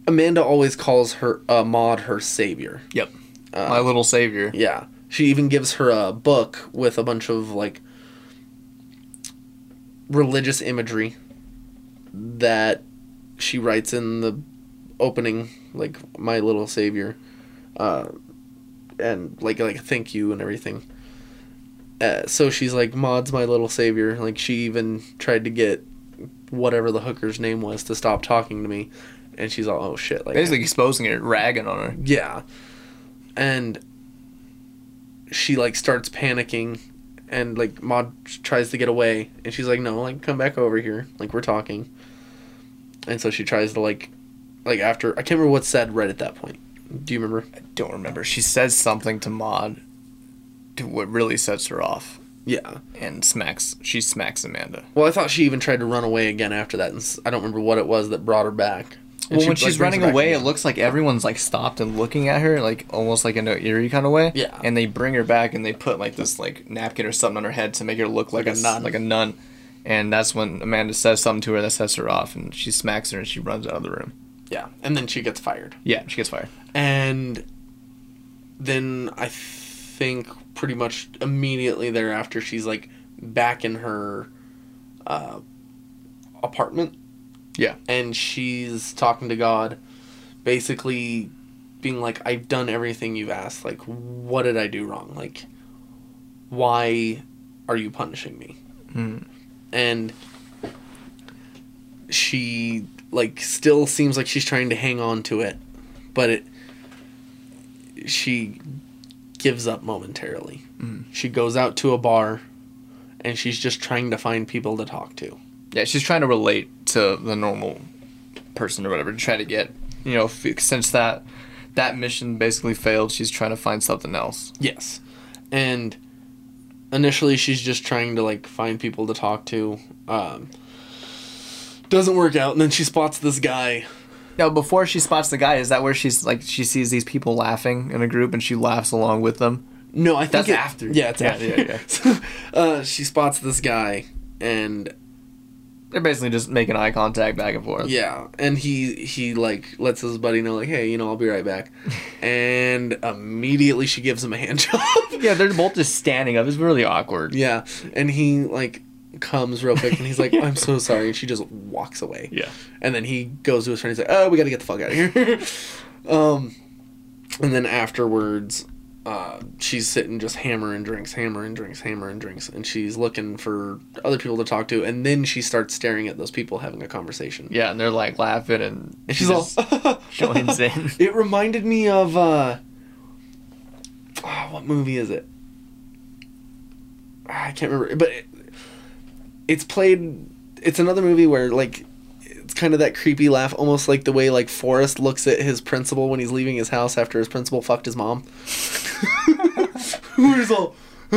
amanda always calls her uh, maud her savior Yep. My little savior. yeah she even gives her a book with a bunch of like religious imagery that she writes in the opening like my little savior uh and like like thank you and everything uh, so she's like maud's my little savior like she even tried to get whatever the hooker's name was to stop talking to me and she's all oh shit like Basically exposing her, ragging on her. yeah. And she like starts panicking and like Maud tries to get away and she's like, No, like come back over here. Like we're talking. And so she tries to like like after I can't remember what's said right at that point. Do you remember? Don't remember. She says something to Mod to what really sets her off Yeah. and smacks she smacks Amanda. Well, I thought she even tried to run away again after that, and s- I don't remember what it was that brought her back. And Well, she, when like, she's brings running her back away, it again. looks like everyone's like stopped and looking at her, like almost like in an eerie kind of way. Yeah. And they bring her back and they put like this like napkin or something on her head to make her look like, Like a a, s- nun. like a nun. And that's when Amanda says something to her that sets her off, and she smacks her and she runs out of the room. yeah, and then she gets fired. Yeah, she gets fired. and then I think pretty much immediately thereafter she's like back in her uh, apartment Yeah. and she's talking to God, basically being like, "I've done everything you've asked. Like, what did I do wrong? Like, why are you punishing me?" Hmm. And she like still seems like she's trying to hang on to it, but it she gives up momentarily. Mm. She goes out to a bar and she's just trying to find people to talk to. Yeah, she's trying to relate to the normal person or whatever to try to get, you know, f- since that that mission basically failed, she's trying to find something else. Yes. And initially she's just trying to like find people to talk to. Um doesn't work out and then she spots this guy. Now, before she spots the guy, is that where she's like she sees these people laughing in a group and she laughs along with them? No, I think That's it- after. Yeah, it's Yeah, after. yeah, yeah. So, uh she spots this guy and They're basically just making eye contact back and forth. yeah, and he he like lets his buddy know like, "Hey, you know, I'll be right back." and immediately she gives him a hand job. Yeah, they're both just standing up. It's really awkward. yeah, and he like comes real quick and he's like, "I'm so sorry." And she just walks away. Yeah. And then he goes to his friend. He's like, "Oh, we got to get the fuck out of here." um, and then afterwards, uh, she's sitting just hammering drinks, hammering drinks, hammering drinks, and she's looking for other people to talk to, and then she starts staring at those people having a conversation. Yeah, and they're like laughing and And she she's all just joins in. It reminded me of uh ah, what movie is it? Ah, I can't remember, but it, it's played. It's another movie where like it's kind of that creepy laugh, almost like the way like Forrest looks at his principal when he's leaving his house after his principal fucked his mom. Who's all.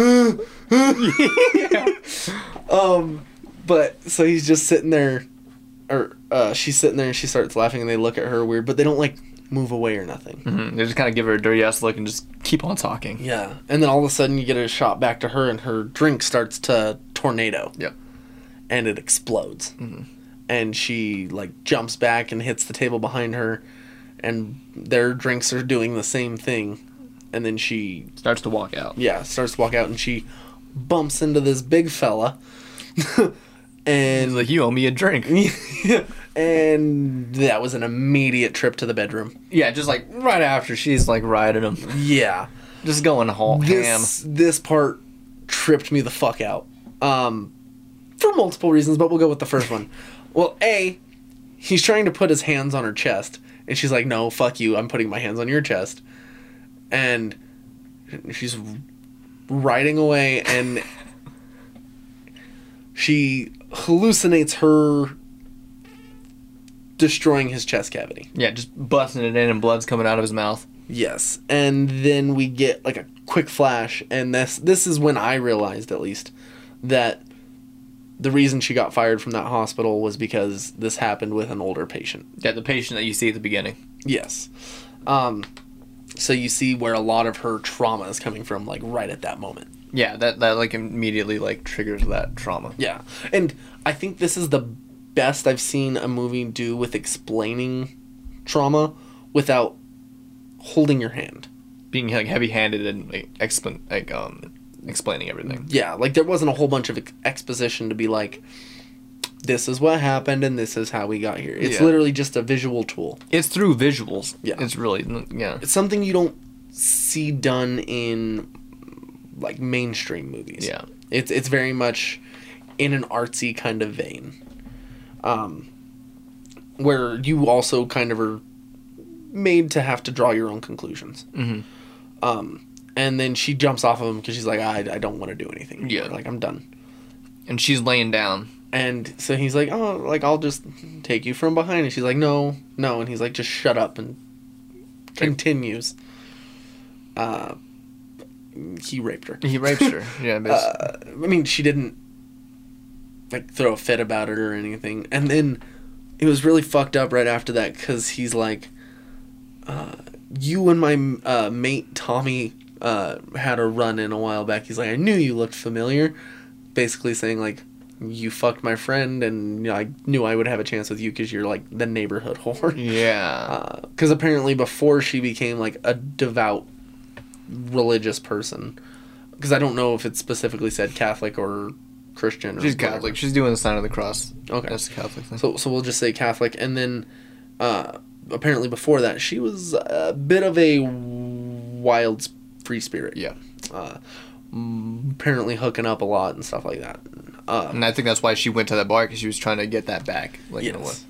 Um, but so he's just sitting there, or uh, she's sitting there and she starts laughing and they look at her weird, but they don't like move away or nothing. Mhm, They just kind of give her a dirty ass look and just keep on talking. Yeah, and then all of a sudden you get a shot back to her, and her drink starts to tornado. Yep. and it explodes, and she like jumps back and hits the table behind her, and their drinks are doing the same thing, and then she Starts to walk out. yeah starts to walk out, and she bumps into this big fella, and He's like, "You owe me a drink." and that was an immediate trip to the bedroom. Yeah, just like right after she's like riding him, Yeah. just going whole ham. This this part tripped me the fuck out. Um for multiple reasons, but we'll go with the first one. Well, A, he's trying to put his hands on her chest, and she's like, No, fuck you, I'm putting my hands on your chest. And she's riding away and she hallucinates her destroying his chest cavity. Yeah, just busting it in and blood's coming out of his mouth. Yes, and then we get like a quick flash, and this this is when I realized, at least, that the reason she got fired from that hospital was because this happened with an older patient. Yeah, the patient that you see at the beginning. Yes, um, so you see where a lot of her trauma is coming from, like right at that moment. Yeah, that that like immediately like triggers that trauma. Yeah, and I think this is the best I've seen a movie do with explaining trauma without holding your hand. Being like heavy-handed and like, explain like um explaining everything. yeah, like there wasn't a whole bunch of ex- exposition to be like, this is what happened and this is how we got here. It's Yeah. literally just a visual tool. It's through visuals. Yeah. it's really yeah. It's something you don't see done in like mainstream movies. Yeah. it's it's very much in an artsy kind of vein, um, where you also kind of are made to have to draw your own conclusions. Mhm. Um, and then she jumps off of him because she's like, I, I don't want to do anything. Yeah. like I'm done. And she's laying down. And so he's like, "Oh, like I'll just take you from behind." And she's like, "No, no." And he's like, "Just shut up." And continues. Uh, he raped her. He rapes her. Yeah, basically. Uh, I mean, she didn't like throw a fit about it or anything. And then it was really fucked up right after that because he's like, uh, "You and my uh, mate Tommy uh, had a run in a while back." He's like, "I knew you looked familiar," basically saying like, "You fucked my friend, and you know, I knew I would have a chance with you because you're like the neighborhood whore." yeah. Because Uh, apparently, before she became like a devout religious person, because I don't know if it's specifically said Catholic or Christian. Or She's whatever. Catholic. She's doing the sign of the cross. uh, Okay. That's the Catholic thing. So, so we'll just say Catholic, and then uh, apparently before that, she was a bit of a wild s- free spirit. yeah. Uh, m- apparently hooking up a lot and stuff like that. Uh, And I think that's why she went to that bar because she was trying to get that back. Like, you know what? Yes.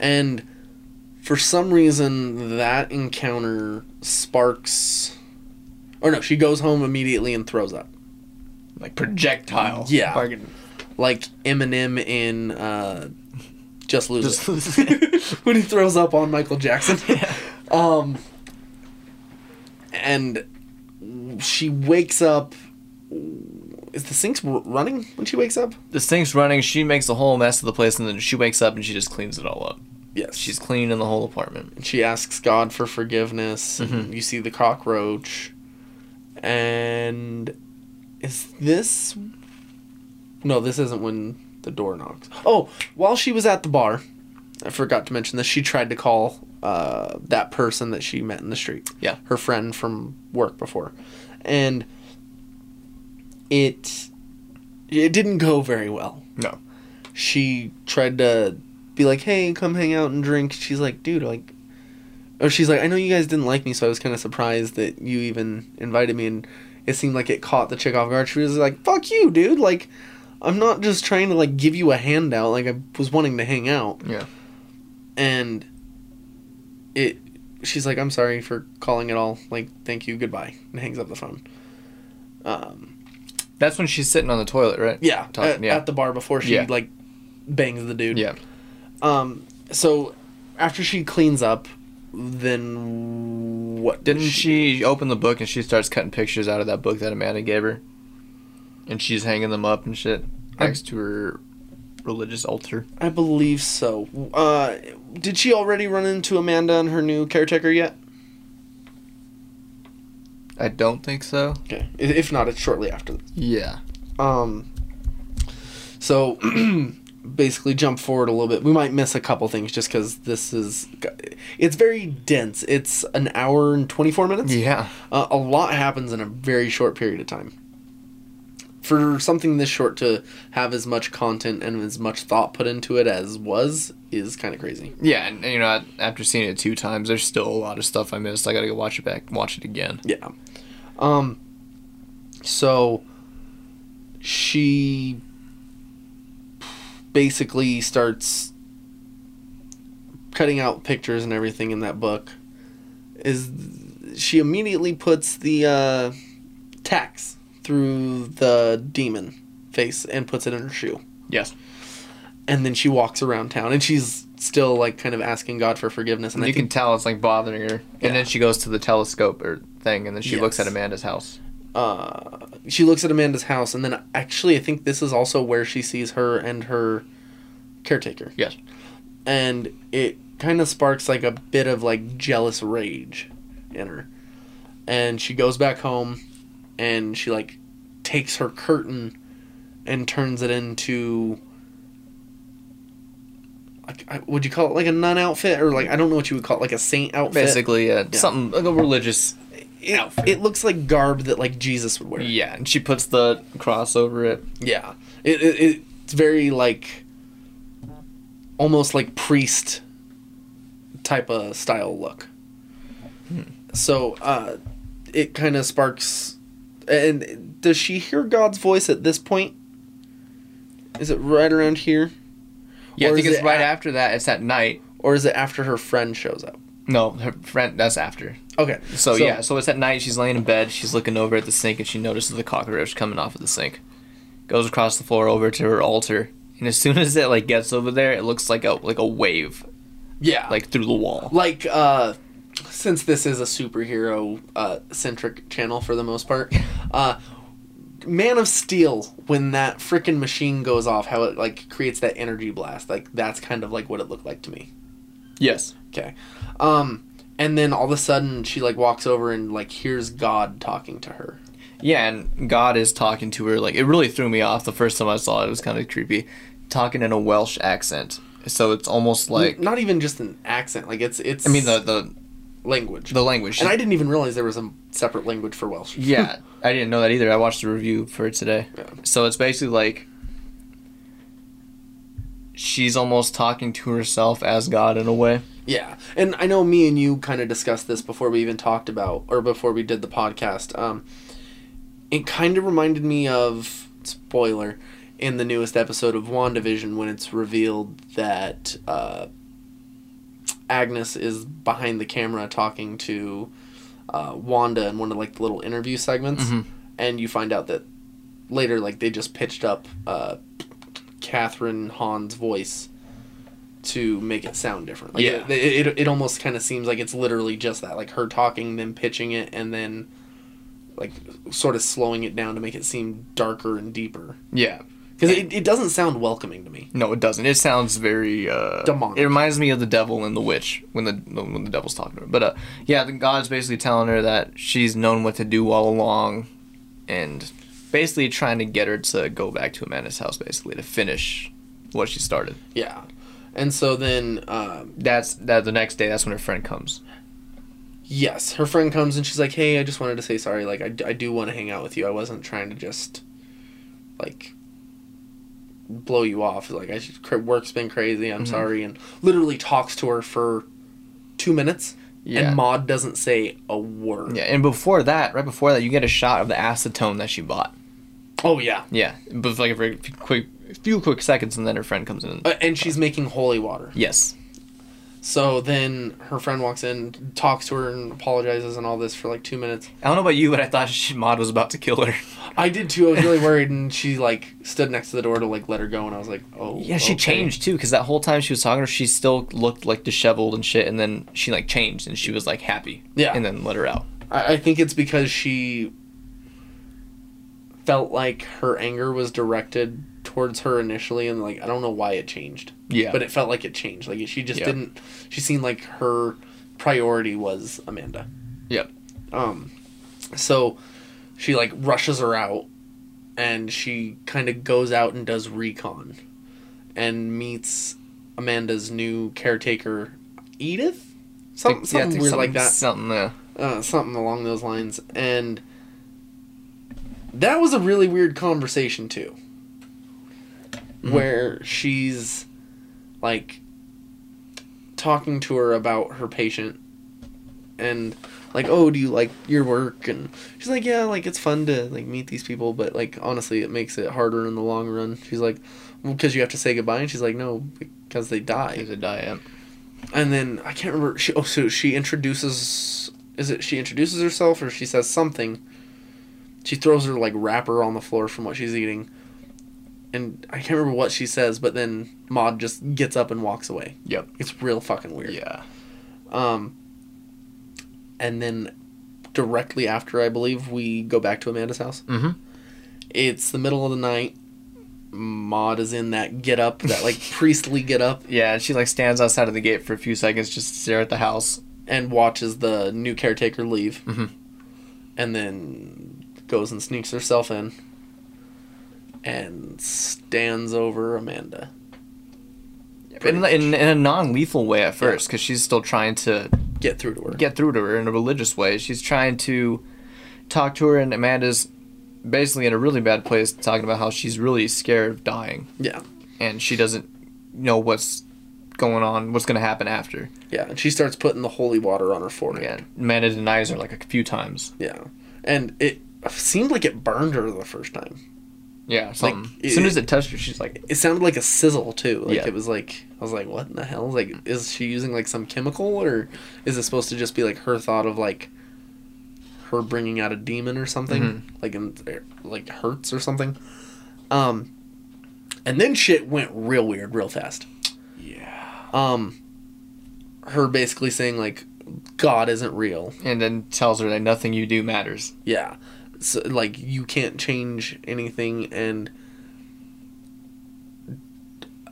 And for some reason, that encounter sparks. Or no, she goes home immediately and throws up. Like projectile. Yeah. Fucking- Like Eminem in uh, Just Lose Just It. lose it. when he throws up on Michael Jackson. Um, and she wakes up. Is the sink's r- running when she wakes up? the sink's running. She makes a whole mess of the place, and then she wakes up and she just cleans it all up. Yes. She's cleaning the whole apartment. she asks God for forgiveness. Mm-hmm. and You see the cockroach, and is this? No, this isn't when the door knocks. Oh, while she was at the bar, I forgot to mention this. She tried to call uh, that person that she met in the street. Yeah. her friend from work before, and it it didn't go very well No. she tried to be like, "Hey, come hang out and drink." She's like, "Dude, like, or she's like, I know you guys didn't like me, so I was kind of surprised that you even invited me, and it seemed like it caught the chick off guard. She was like, "Fuck you, dude! Like, I'm not just trying to like give you a handout. Like, I was wanting to hang out." Yeah. And it, she's like, "I'm sorry for calling it all. Like, thank you, goodbye," and hangs up the phone. Um, That's when she's sitting on the toilet, right? yeah, Talking, at, yeah. at the bar before she Yeah. like bangs the dude. Yeah. Um, so after she cleans up, then what? does Didn't she open the book and she starts cutting pictures out of that book that Amanda gave her? And she's hanging them up and shit next to her religious altar. I believe so. Uh, did she already run into Amanda and her new caretaker yet? I don't think so. Okay. I- If not, it's shortly after. Yeah. Um, so basically, jump forward a little bit. We might miss a couple things just because this is. It's very dense. It's an hour and 24 minutes. Yeah. Uh, a lot happens in a very short period of time. For something this short to have as much content and as much thought put into it as was is kind of crazy. Yeah, and, and, you know, after seeing it two times, there's still a lot of stuff I missed. I gotta go watch it back, watch it again. Yeah. Um. So. She. Basically starts. Cutting out pictures and everything in that book. Is she immediately puts the uh, tax through the demon face and puts it in her shoe Yes. and then she walks around town and she's still like kind of asking god for forgiveness and And I you think can tell it's like bothering her. Yeah. And then she goes to the telescope or thing and then she looks Yes. at Amanda's house. uh, she looks at Amanda's house, and then actually, I think this is also where she sees her and her caretaker. Yes. And it kind of sparks like a bit of like jealous rage in her. And she goes back home and she like takes her curtain and turns it into. like, I- Would you call it like a nun outfit or like I don't know what you would call it like a saint outfit? Basically, uh, something like a religious it, it looks like garb that like Jesus would wear. Yeah, and she puts the cross over it. Yeah, it, it it's very like almost like priest type of style look. Hmm. So uh, it kind of sparks. And does she hear God's voice at this point? Is it right around here, Yeah, Or I think is it's it right a- after that. It's at night. or is it after her friend shows up? No, her friend. That's after. Okay, So, yeah, so it's at night. She's laying in bed. She's looking over at the sink, and she notices the cockroach coming off of the sink. Goes across the floor over to her altar, and as soon as it like gets over there, it looks like a like a wave yeah, like through the wall. like uh since this is a superhero uh centric channel for the most part uh man of steel when that freaking machine goes off how it like creates that energy blast like that's kind of like what it looked like to me Yes. okay um and then all of a sudden she like walks over and like hears god talking to her Yeah, and God is talking to her. Like it really threw me off the first time I saw it. It was kind of creepy, talking in a Welsh accent. So it's Mm. almost like not even just an accent like it's it's I mean the the language the language. and i didn't even realize there was a separate language for welsh Yeah, I didn't know that either. I watched the review for it today. Yeah. So it's basically like she's almost talking to herself as God in a way. Yeah, and I know me and you kind of discussed this before we even talked about, or before we did the podcast. Um, it kind of reminded me of spoiler in the newest episode of WandaVision when it's revealed that uh, Agnes is behind the camera talking to uh, Wanda in one of like the little interview segments, Mhm. and you find out that later, like they just pitched up uh, Catherine Hahn's voice to make it sound different. Like, Yeah. it, it, it almost kind of seems like it's literally just that, like her talking, then pitching it, and then like sort of slowing it down to make it seem darker and deeper. Yeah. Because it, it doesn't sound welcoming to me. No, it doesn't. It sounds very uh, Demonic. It reminds me of the devil and the witch when the when the devil's talking to her. But uh, yeah, the God's basically telling her that she's known what to do all along, and basically trying to get her to go back to Amanda's house, basically to finish what she started. Yeah. And so then, um, That's that. The next day, that's when her friend comes. yes, her friend comes and she's like, hey, I just wanted to say sorry. Like, I, d- I do want to hang out with you. I wasn't trying to just, like, blow you off. Like, I Mm-hmm. should, cra- work's been crazy. I'm sorry. And literally talks to her for two minutes. Yeah. and Maud doesn't say a word. Yeah, and before that, right before that, you get a shot of the acetone that she bought. Oh yeah, Yeah, but for like a very few quick, few quick seconds, and then her friend comes in. Uh, and she's making holy water. yes, So then her friend walks in, talks to her, and apologizes and all this for like two minutes. I don't know about you, but I thought she, Maud was about to kill her. I did too. I was really worried, and she like stood next to the door to like let her go, and I was like, oh Yeah, she okay. changed too, because that whole time she was talking to her, she still looked like disheveled and shit, and then she like changed and she was like happy. Yeah. and then let her out. I, I think it's because she felt like her anger was directed towards her initially, and like I don't know why it changed. Yeah, but it felt like it changed. Like she just Yeah. didn't. She seemed like her priority was Amanda. Yep. Um, so she like rushes her out, and she kind of goes out and does recon, and meets Amanda's new caretaker, Edith. Some, yeah, I something think weird like that Something. Uh, uh, something along those lines. And that was a really weird conversation too, where she's like talking to her about her patient, and like, oh, do you like your work? And she's like, yeah, like it's fun to like meet these people, but like honestly, it makes it harder in the long run. She's like, well, because you have to say goodbye, and she's like, no, because they die is a diet. and then I can't remember. She, oh, so she introduces. Is it she introduces herself or she says something? She throws her like wrapper on the floor from what she's eating, and I can't remember what she says. But then Maud just gets up and walks away. Yep. It's real fucking weird. Yeah. Um. And then, directly after, I believe we go back to Amanda's house. Mm-hmm. It's the middle of the night. Maud is in that get up, that like priestly get up, Yeah, and she like stands outside of the gate for a few seconds just to stare at the house. and watches the new caretaker leave, Mhm. and then goes and sneaks herself in, and stands over Amanda. In, in, in a non-lethal way at first, because she's still trying to Get through to her. get through to her in a religious way. She's trying to talk to her, and Amanda's basically in a really bad place, talking about how she's really scared of dying, yeah, and she doesn't know what's going on, what's going to happen after. yeah. And she starts putting the holy water on her Yeah, forehead. Amanda denies her like a few times. Yeah, and it seemed like it burned her the first time. Yeah, something. as it- soon as it touched her, she's like, It sounded like a sizzle too. Like Yeah. it was like I was like, what in the hell? Like, is she using like some chemical, or is it supposed to just be like her thought of like her bringing out a demon or something, like in er, like hurts or something? Um, and then shit went real weird, real fast. yeah, Um, her basically saying like God isn't real. and then tells her that nothing you do matters. Yeah. So, like you can't change anything and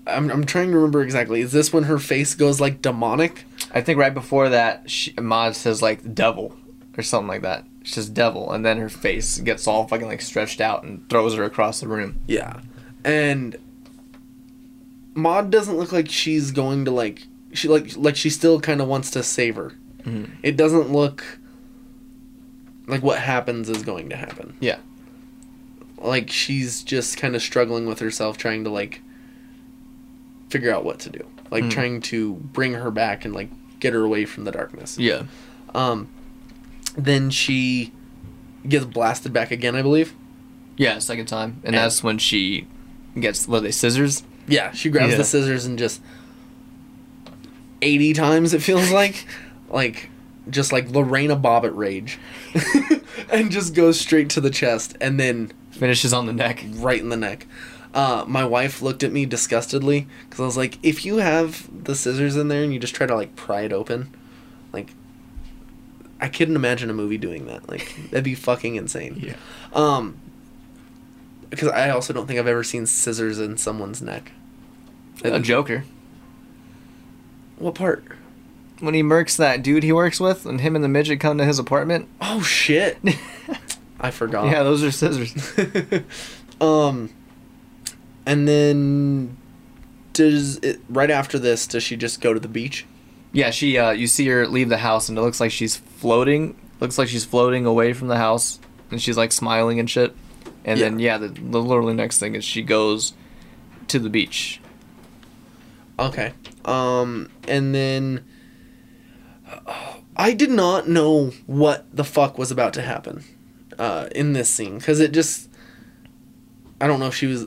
I'm I'm trying to remember exactly. Is this when her face goes like demonic? I think right before that, she, Maude says like devil or something like that. She says devil, and then her face gets all fucking like stretched out and throws her across the room. Yeah. And Maud doesn't look like she's going to like she like like she still kind of wants to save her. Mhm. It doesn't look like what happens is going to happen. Yeah. like she's just kind of struggling with herself trying to like figure out what to do like Mm. trying to bring her back and like get her away from the darkness Yeah. um then she gets blasted back again i believe Yeah, second time, and, And- that's when she gets what are they scissors. yeah she grabs Yeah. the scissors and just 80 times it feels like like just like lorena bobbitt rage and just goes straight to the chest and then Finishes on the neck. right in the neck. Uh, my wife looked at me disgustedly because I was like, if you have the scissors in there and you just try to like pry it open, like, I couldn't imagine a movie doing that. Like, that'd be fucking insane. Yeah. Um, because I also don't think I've ever seen scissors in someone's neck. A Joker. What part? When he murks that dude he works with, and him and the midget come to his apartment. Oh shit! I forgot. Yeah, those are scissors. um, and then does it right after this? Does she just go to the beach? Yeah, she. Uh, you see her leave the house, and it looks like she's floating. Looks like she's floating away from the house, and she's like smiling and shit. And then yeah, the, the literally next thing is she goes to the beach. Okay. Um, and then I did not know what the fuck was about to happen uh, in this scene because it just. I don't know if she was.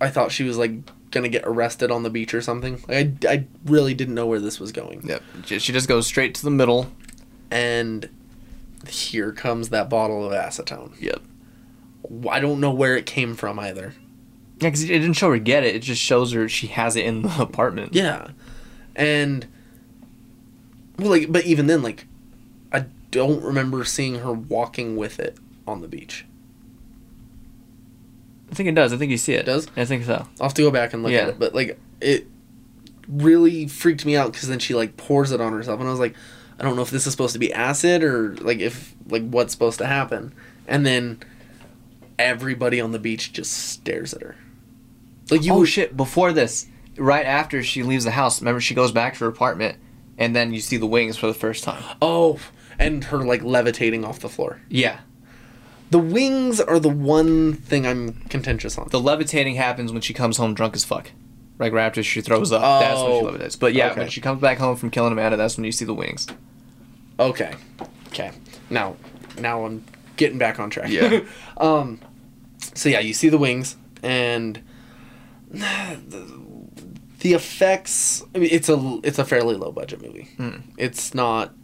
I thought she was like gonna get arrested on the beach or something. Like, I, I really didn't know where this was going. Yep. She she just goes straight to the middle. And here comes that bottle of acetone. Yep. I don't know where it came from either. Yeah, because it didn't show her get it. It just shows her she has it in the apartment. Yeah. And well like but even then like I don't remember seeing her walking with it on the beach. I think it does. I think you see it. does? I think so. I'll have to go back and look Yeah. at it, but like it really freaked me out cuz then she like pours it on herself and I was like I don't know if this is supposed to be acid or like if like what's supposed to happen. And then everybody on the beach just stares at her. Like you oh would- shit! Before this, right after she leaves the house, remember she goes back to her apartment, and then you see the wings for the first time. Oh, and her like levitating off the floor. Yeah, The wings are the one thing I'm contentious on. the levitating happens when she comes home drunk as fuck. Like right after she throws up, that's when she Oh. levitates. But yeah, Okay. when she comes back home from killing Amanda, that's when you see the wings. Okay. Okay. Now, now I'm getting back on track. Yeah. um, so yeah, you see the wings and the, the effects. I mean, it's a it's a fairly low budget movie. Hmm. It's not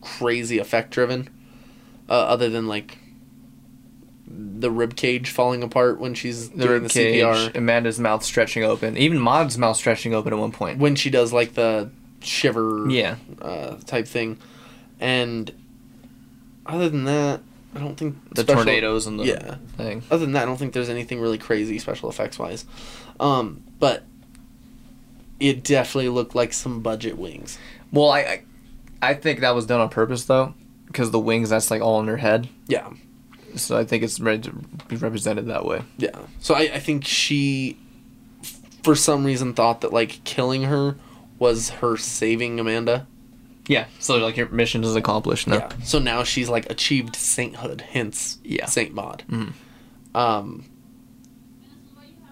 crazy effect driven, uh, other than like the rib cage falling apart when she's The doing rib the cage, CPR. Amanda's mouth stretching open, even Maud's mouth stretching open at one point. when she does like the shiver Yeah. uh, type thing, and other than that, I don't think The special- tornadoes and the yeah. thing. Other than that, I don't think there's anything really crazy special effects wise, um, but it definitely looked like some budget wings. Well, I, I, I think that was done on purpose though, because the wings that's like all in her head. Yeah, So I think it's re- be represented that way. yeah. So I, I think she, for some reason, thought that like killing her was her saving Amanda. Yeah. So like your mission is accomplished now. Yeah. So now she's like achieved sainthood, hence Yeah. Saint Maud. Mhm. Um,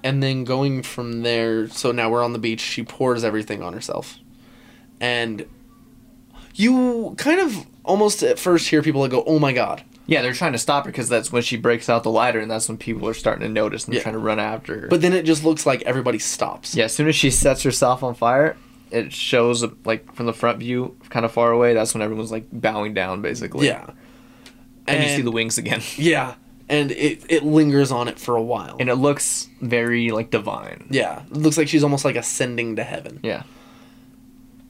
and then going from there, so now we're on the beach. She pours everything on herself, and you kind of almost at first hear people that go, "Oh my god." Yeah, they're trying to stop her because that's when she breaks out the lighter, and that's when people are starting to notice and they're Yeah. trying to run after her. But then it just looks like everybody stops. yeah, as soon as she sets herself on fire, it shows like from the front view, kind of far away. That's when everyone's like bowing down, basically. Yeah. and, you see the wings again, yeah, and it it lingers on it for a while. and it looks very like divine. yeah, it looks like she's almost like ascending to heaven, Yeah,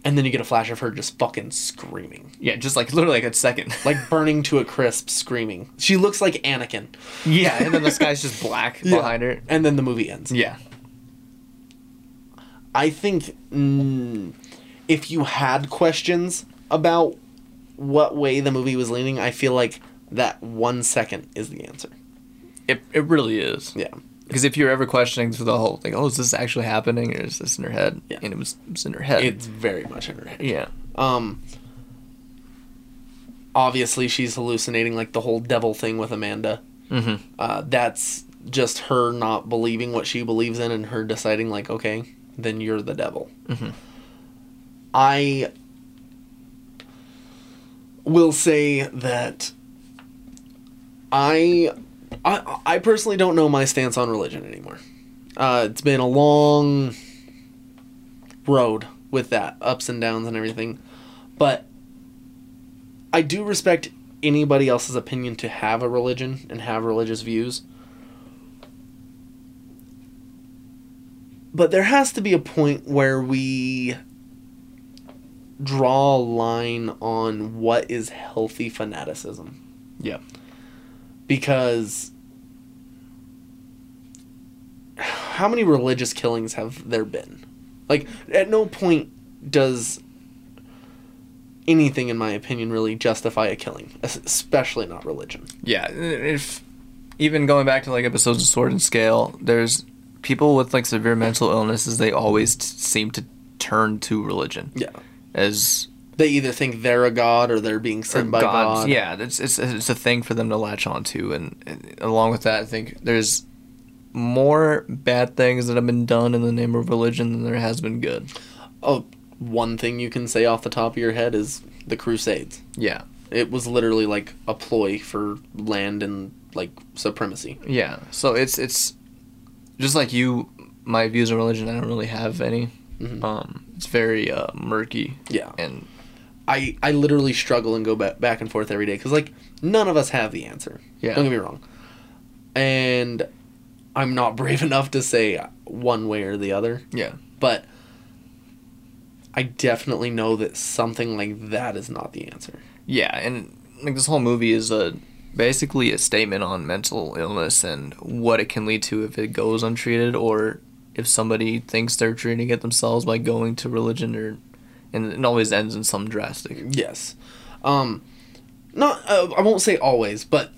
and then you get a flash of her just fucking screaming. yeah, just like literally like a second. like burning to a crisp, screaming. She looks like Anakin. yeah, and then the sky's just black behind her. and then the movie ends. Yeah, I think mm, if you had questions about what way the movie was leaning, I feel like that one second is the answer. it it really is. Yeah, Because if you're ever questioning through the whole, like, oh, is this actually happening or is this in her head? Yeah. And it was, it was in her head. it's very much in her head. yeah. Um, obviously she's hallucinating like the whole devil thing with Amanda. Mm-hmm. Uh, that's just her not believing what she believes in and her deciding like, okay, then you're the devil. Mhm. I will say that I, I I personally don't know my stance on religion anymore. Uh, it's been a long road with that, ups and downs and everything, but I do respect anybody else's opinion to have a religion and have religious views. But there has to be a point where we draw a line on what is healthy fanaticism. Yeah. Because how many religious killings have there been? Like, at no point does anything, in my opinion, really justify a killing, es- especially not religion. Yeah. If even going back to like episodes of Sword and Scale, there's people with like severe mental illnesses, they always t- seem to turn to religion Yeah. as They either think they're a god or they're being sent by gods. God. Yeah. It's, it's, it's a thing for them to latch onto. And, and along with that, I think there's more bad things that have been done in the name of religion than there has been good. Oh, one thing you can say off the top of your head is the Crusades. Yeah. It was literally like a ploy for land and like supremacy. Yeah. So it's it's just like you. My views on religion, I don't really have any. Mhm. Um, it's very uh, murky Yeah. and I, I literally struggle and go back, back and forth every day because like none of us have the answer. Yeah. Don't get me wrong. And I'm not brave enough to say one way or the other, yeah, but I definitely know that something like that is not the answer. yeah. And like this whole movie is a basically a statement on mental illness and what it can lead to if it goes untreated or if somebody thinks they're treating it themselves by going to religion or and it always ends in some drastic. Yes. Um not uh, I won't say always, but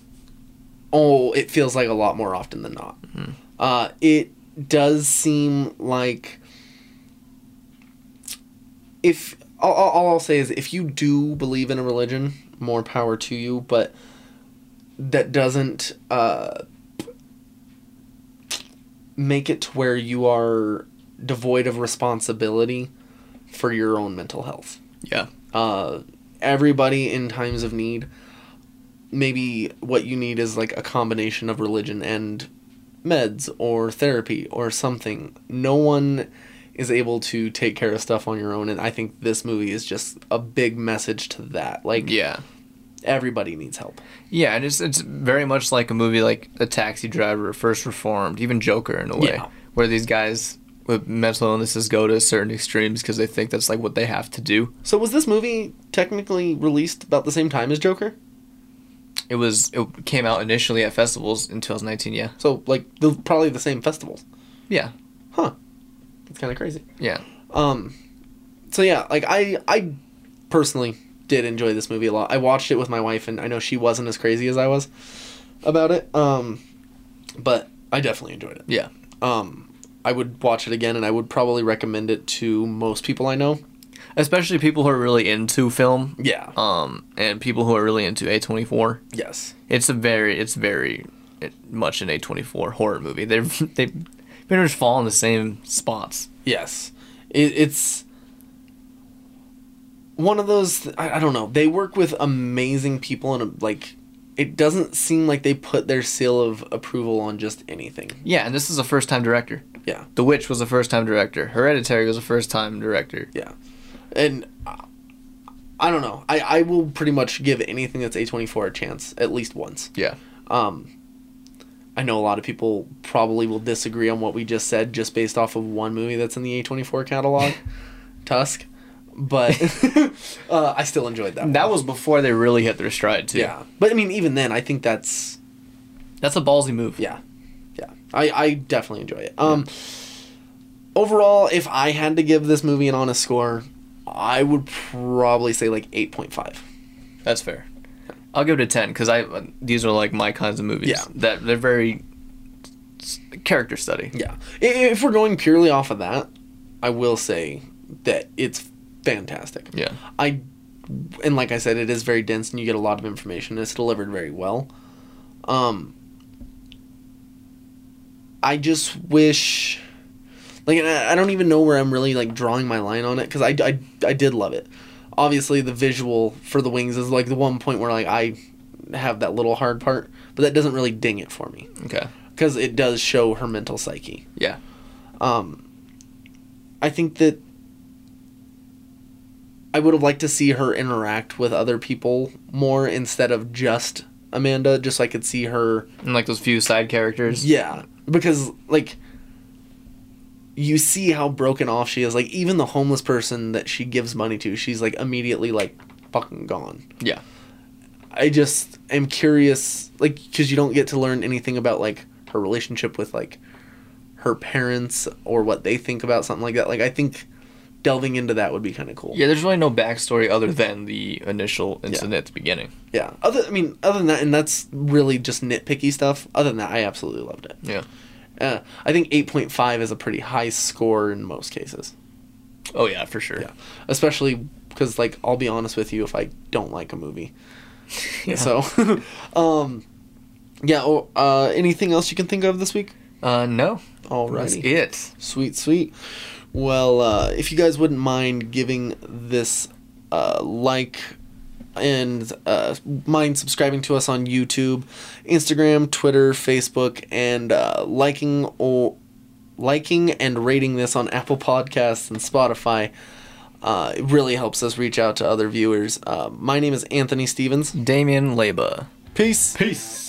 oh, it feels like a lot more often than not. Hmm. Uh it does seem like if all, all all I'll say is if you do believe in a religion, more power to you, but that doesn't uh make it to where you are devoid of responsibility for your own mental health Yeah. uh, everybody in times of need. Maybe what you need is like a combination of religion and meds or therapy or something. No one is able to take care of stuff on your own, and I think this movie is just a big message to that. Like, Yeah. everybody needs help. Yeah, and it's it's very much like a movie like A Taxi Driver, First Reformed, even Joker in a way, Yeah. where these guys with mental illnesses go to certain extremes because they think that's like what they have to do. So, was this movie technically released about the same time as Joker? It was it came out initially at festivals in 2019. Yeah, So, like, the, probably the same festivals. yeah, Huh. It's kind of crazy. yeah, Um, so yeah, like I I personally did enjoy this movie a lot. I watched it with my wife, and I know she wasn't as crazy as I was about it. Um, but I definitely enjoyed it. yeah. Um, I would watch it again, and I would probably recommend it to most people I know. Especially people who are really into film, Yeah. um, and people who are really into A24. yes. It's a very it's very it, much an A24 horror movie. They're they pretty much fall in the same spots. Yes. It, it's one of those. I, I don't know. They work with amazing people, and uh, like, it doesn't seem like they put their seal of approval on just anything. Yeah, and this is a first time director. Yeah. The Witch was a first time director. Hereditary was a first time director. Yeah, and uh, I don't know. I I will pretty much give anything that's a twenty four a chance at least once. Yeah. Um, I know a lot of people probably will disagree on what we just said just based off of one movie that's in the a twenty four catalog, Tusk, but uh, I still enjoyed that. That was before they really hit their stride, too. yeah, but I mean even then I think that's That's a ballsy move. yeah yeah i i definitely enjoy it um overall if i had to give this movie an honest score i would probably say like 8.5 That's fair. I'll give it a 10 because I these are like my kinds of movies. Yeah. That they're very s- character study. yeah I- if we're going purely off of that i will say that it's fantastic Yeah. i and like i said it is very dense and you get a lot of information it's delivered very well um i just wish like and I, I don't even know where i'm really like drawing my line on it because I, I i did love it obviously the visual for the wings is like the one point where like i have that little hard part but that doesn't really ding it for me Okay. because it does show her mental psyche Yeah. um, I think that I would have liked to see her interact with other people more instead of just Amanda, just so I could see her. And like those few side characters. Yeah, because like you see how broken off she is. Like even the homeless person that she gives money to, she's like immediately like fucking gone. Yeah. I just am curious, like, because you don't get to learn anything about like her relationship with like her parents or what they think about something like that. Like, I think delving into that would be kind of cool. Yeah, there's really no backstory other than the initial incident at the beginning. Yeah. Other, I mean, other than that, and that's really just nitpicky stuff. Other than that, I absolutely loved it. Yeah. Uh, I think eight point five is a pretty high score in most cases. Oh, yeah, for sure. Yeah. Especially because, like, I'll be honest with you, if I don't like a movie. So, um, yeah. Oh, uh, anything else you can think of this week? Uh, no. That's Alrighty. it. Sweet, sweet. Well, uh, if you guys wouldn't mind giving this uh, like and uh, mind subscribing to us on YouTube, Instagram, Twitter, Facebook, and uh, liking or liking and rating this on Apple Podcasts and Spotify. Uh, it really helps us reach out to other viewers. Uh, my name is Anthony Stevens. Damien Leba. Peace. Peace.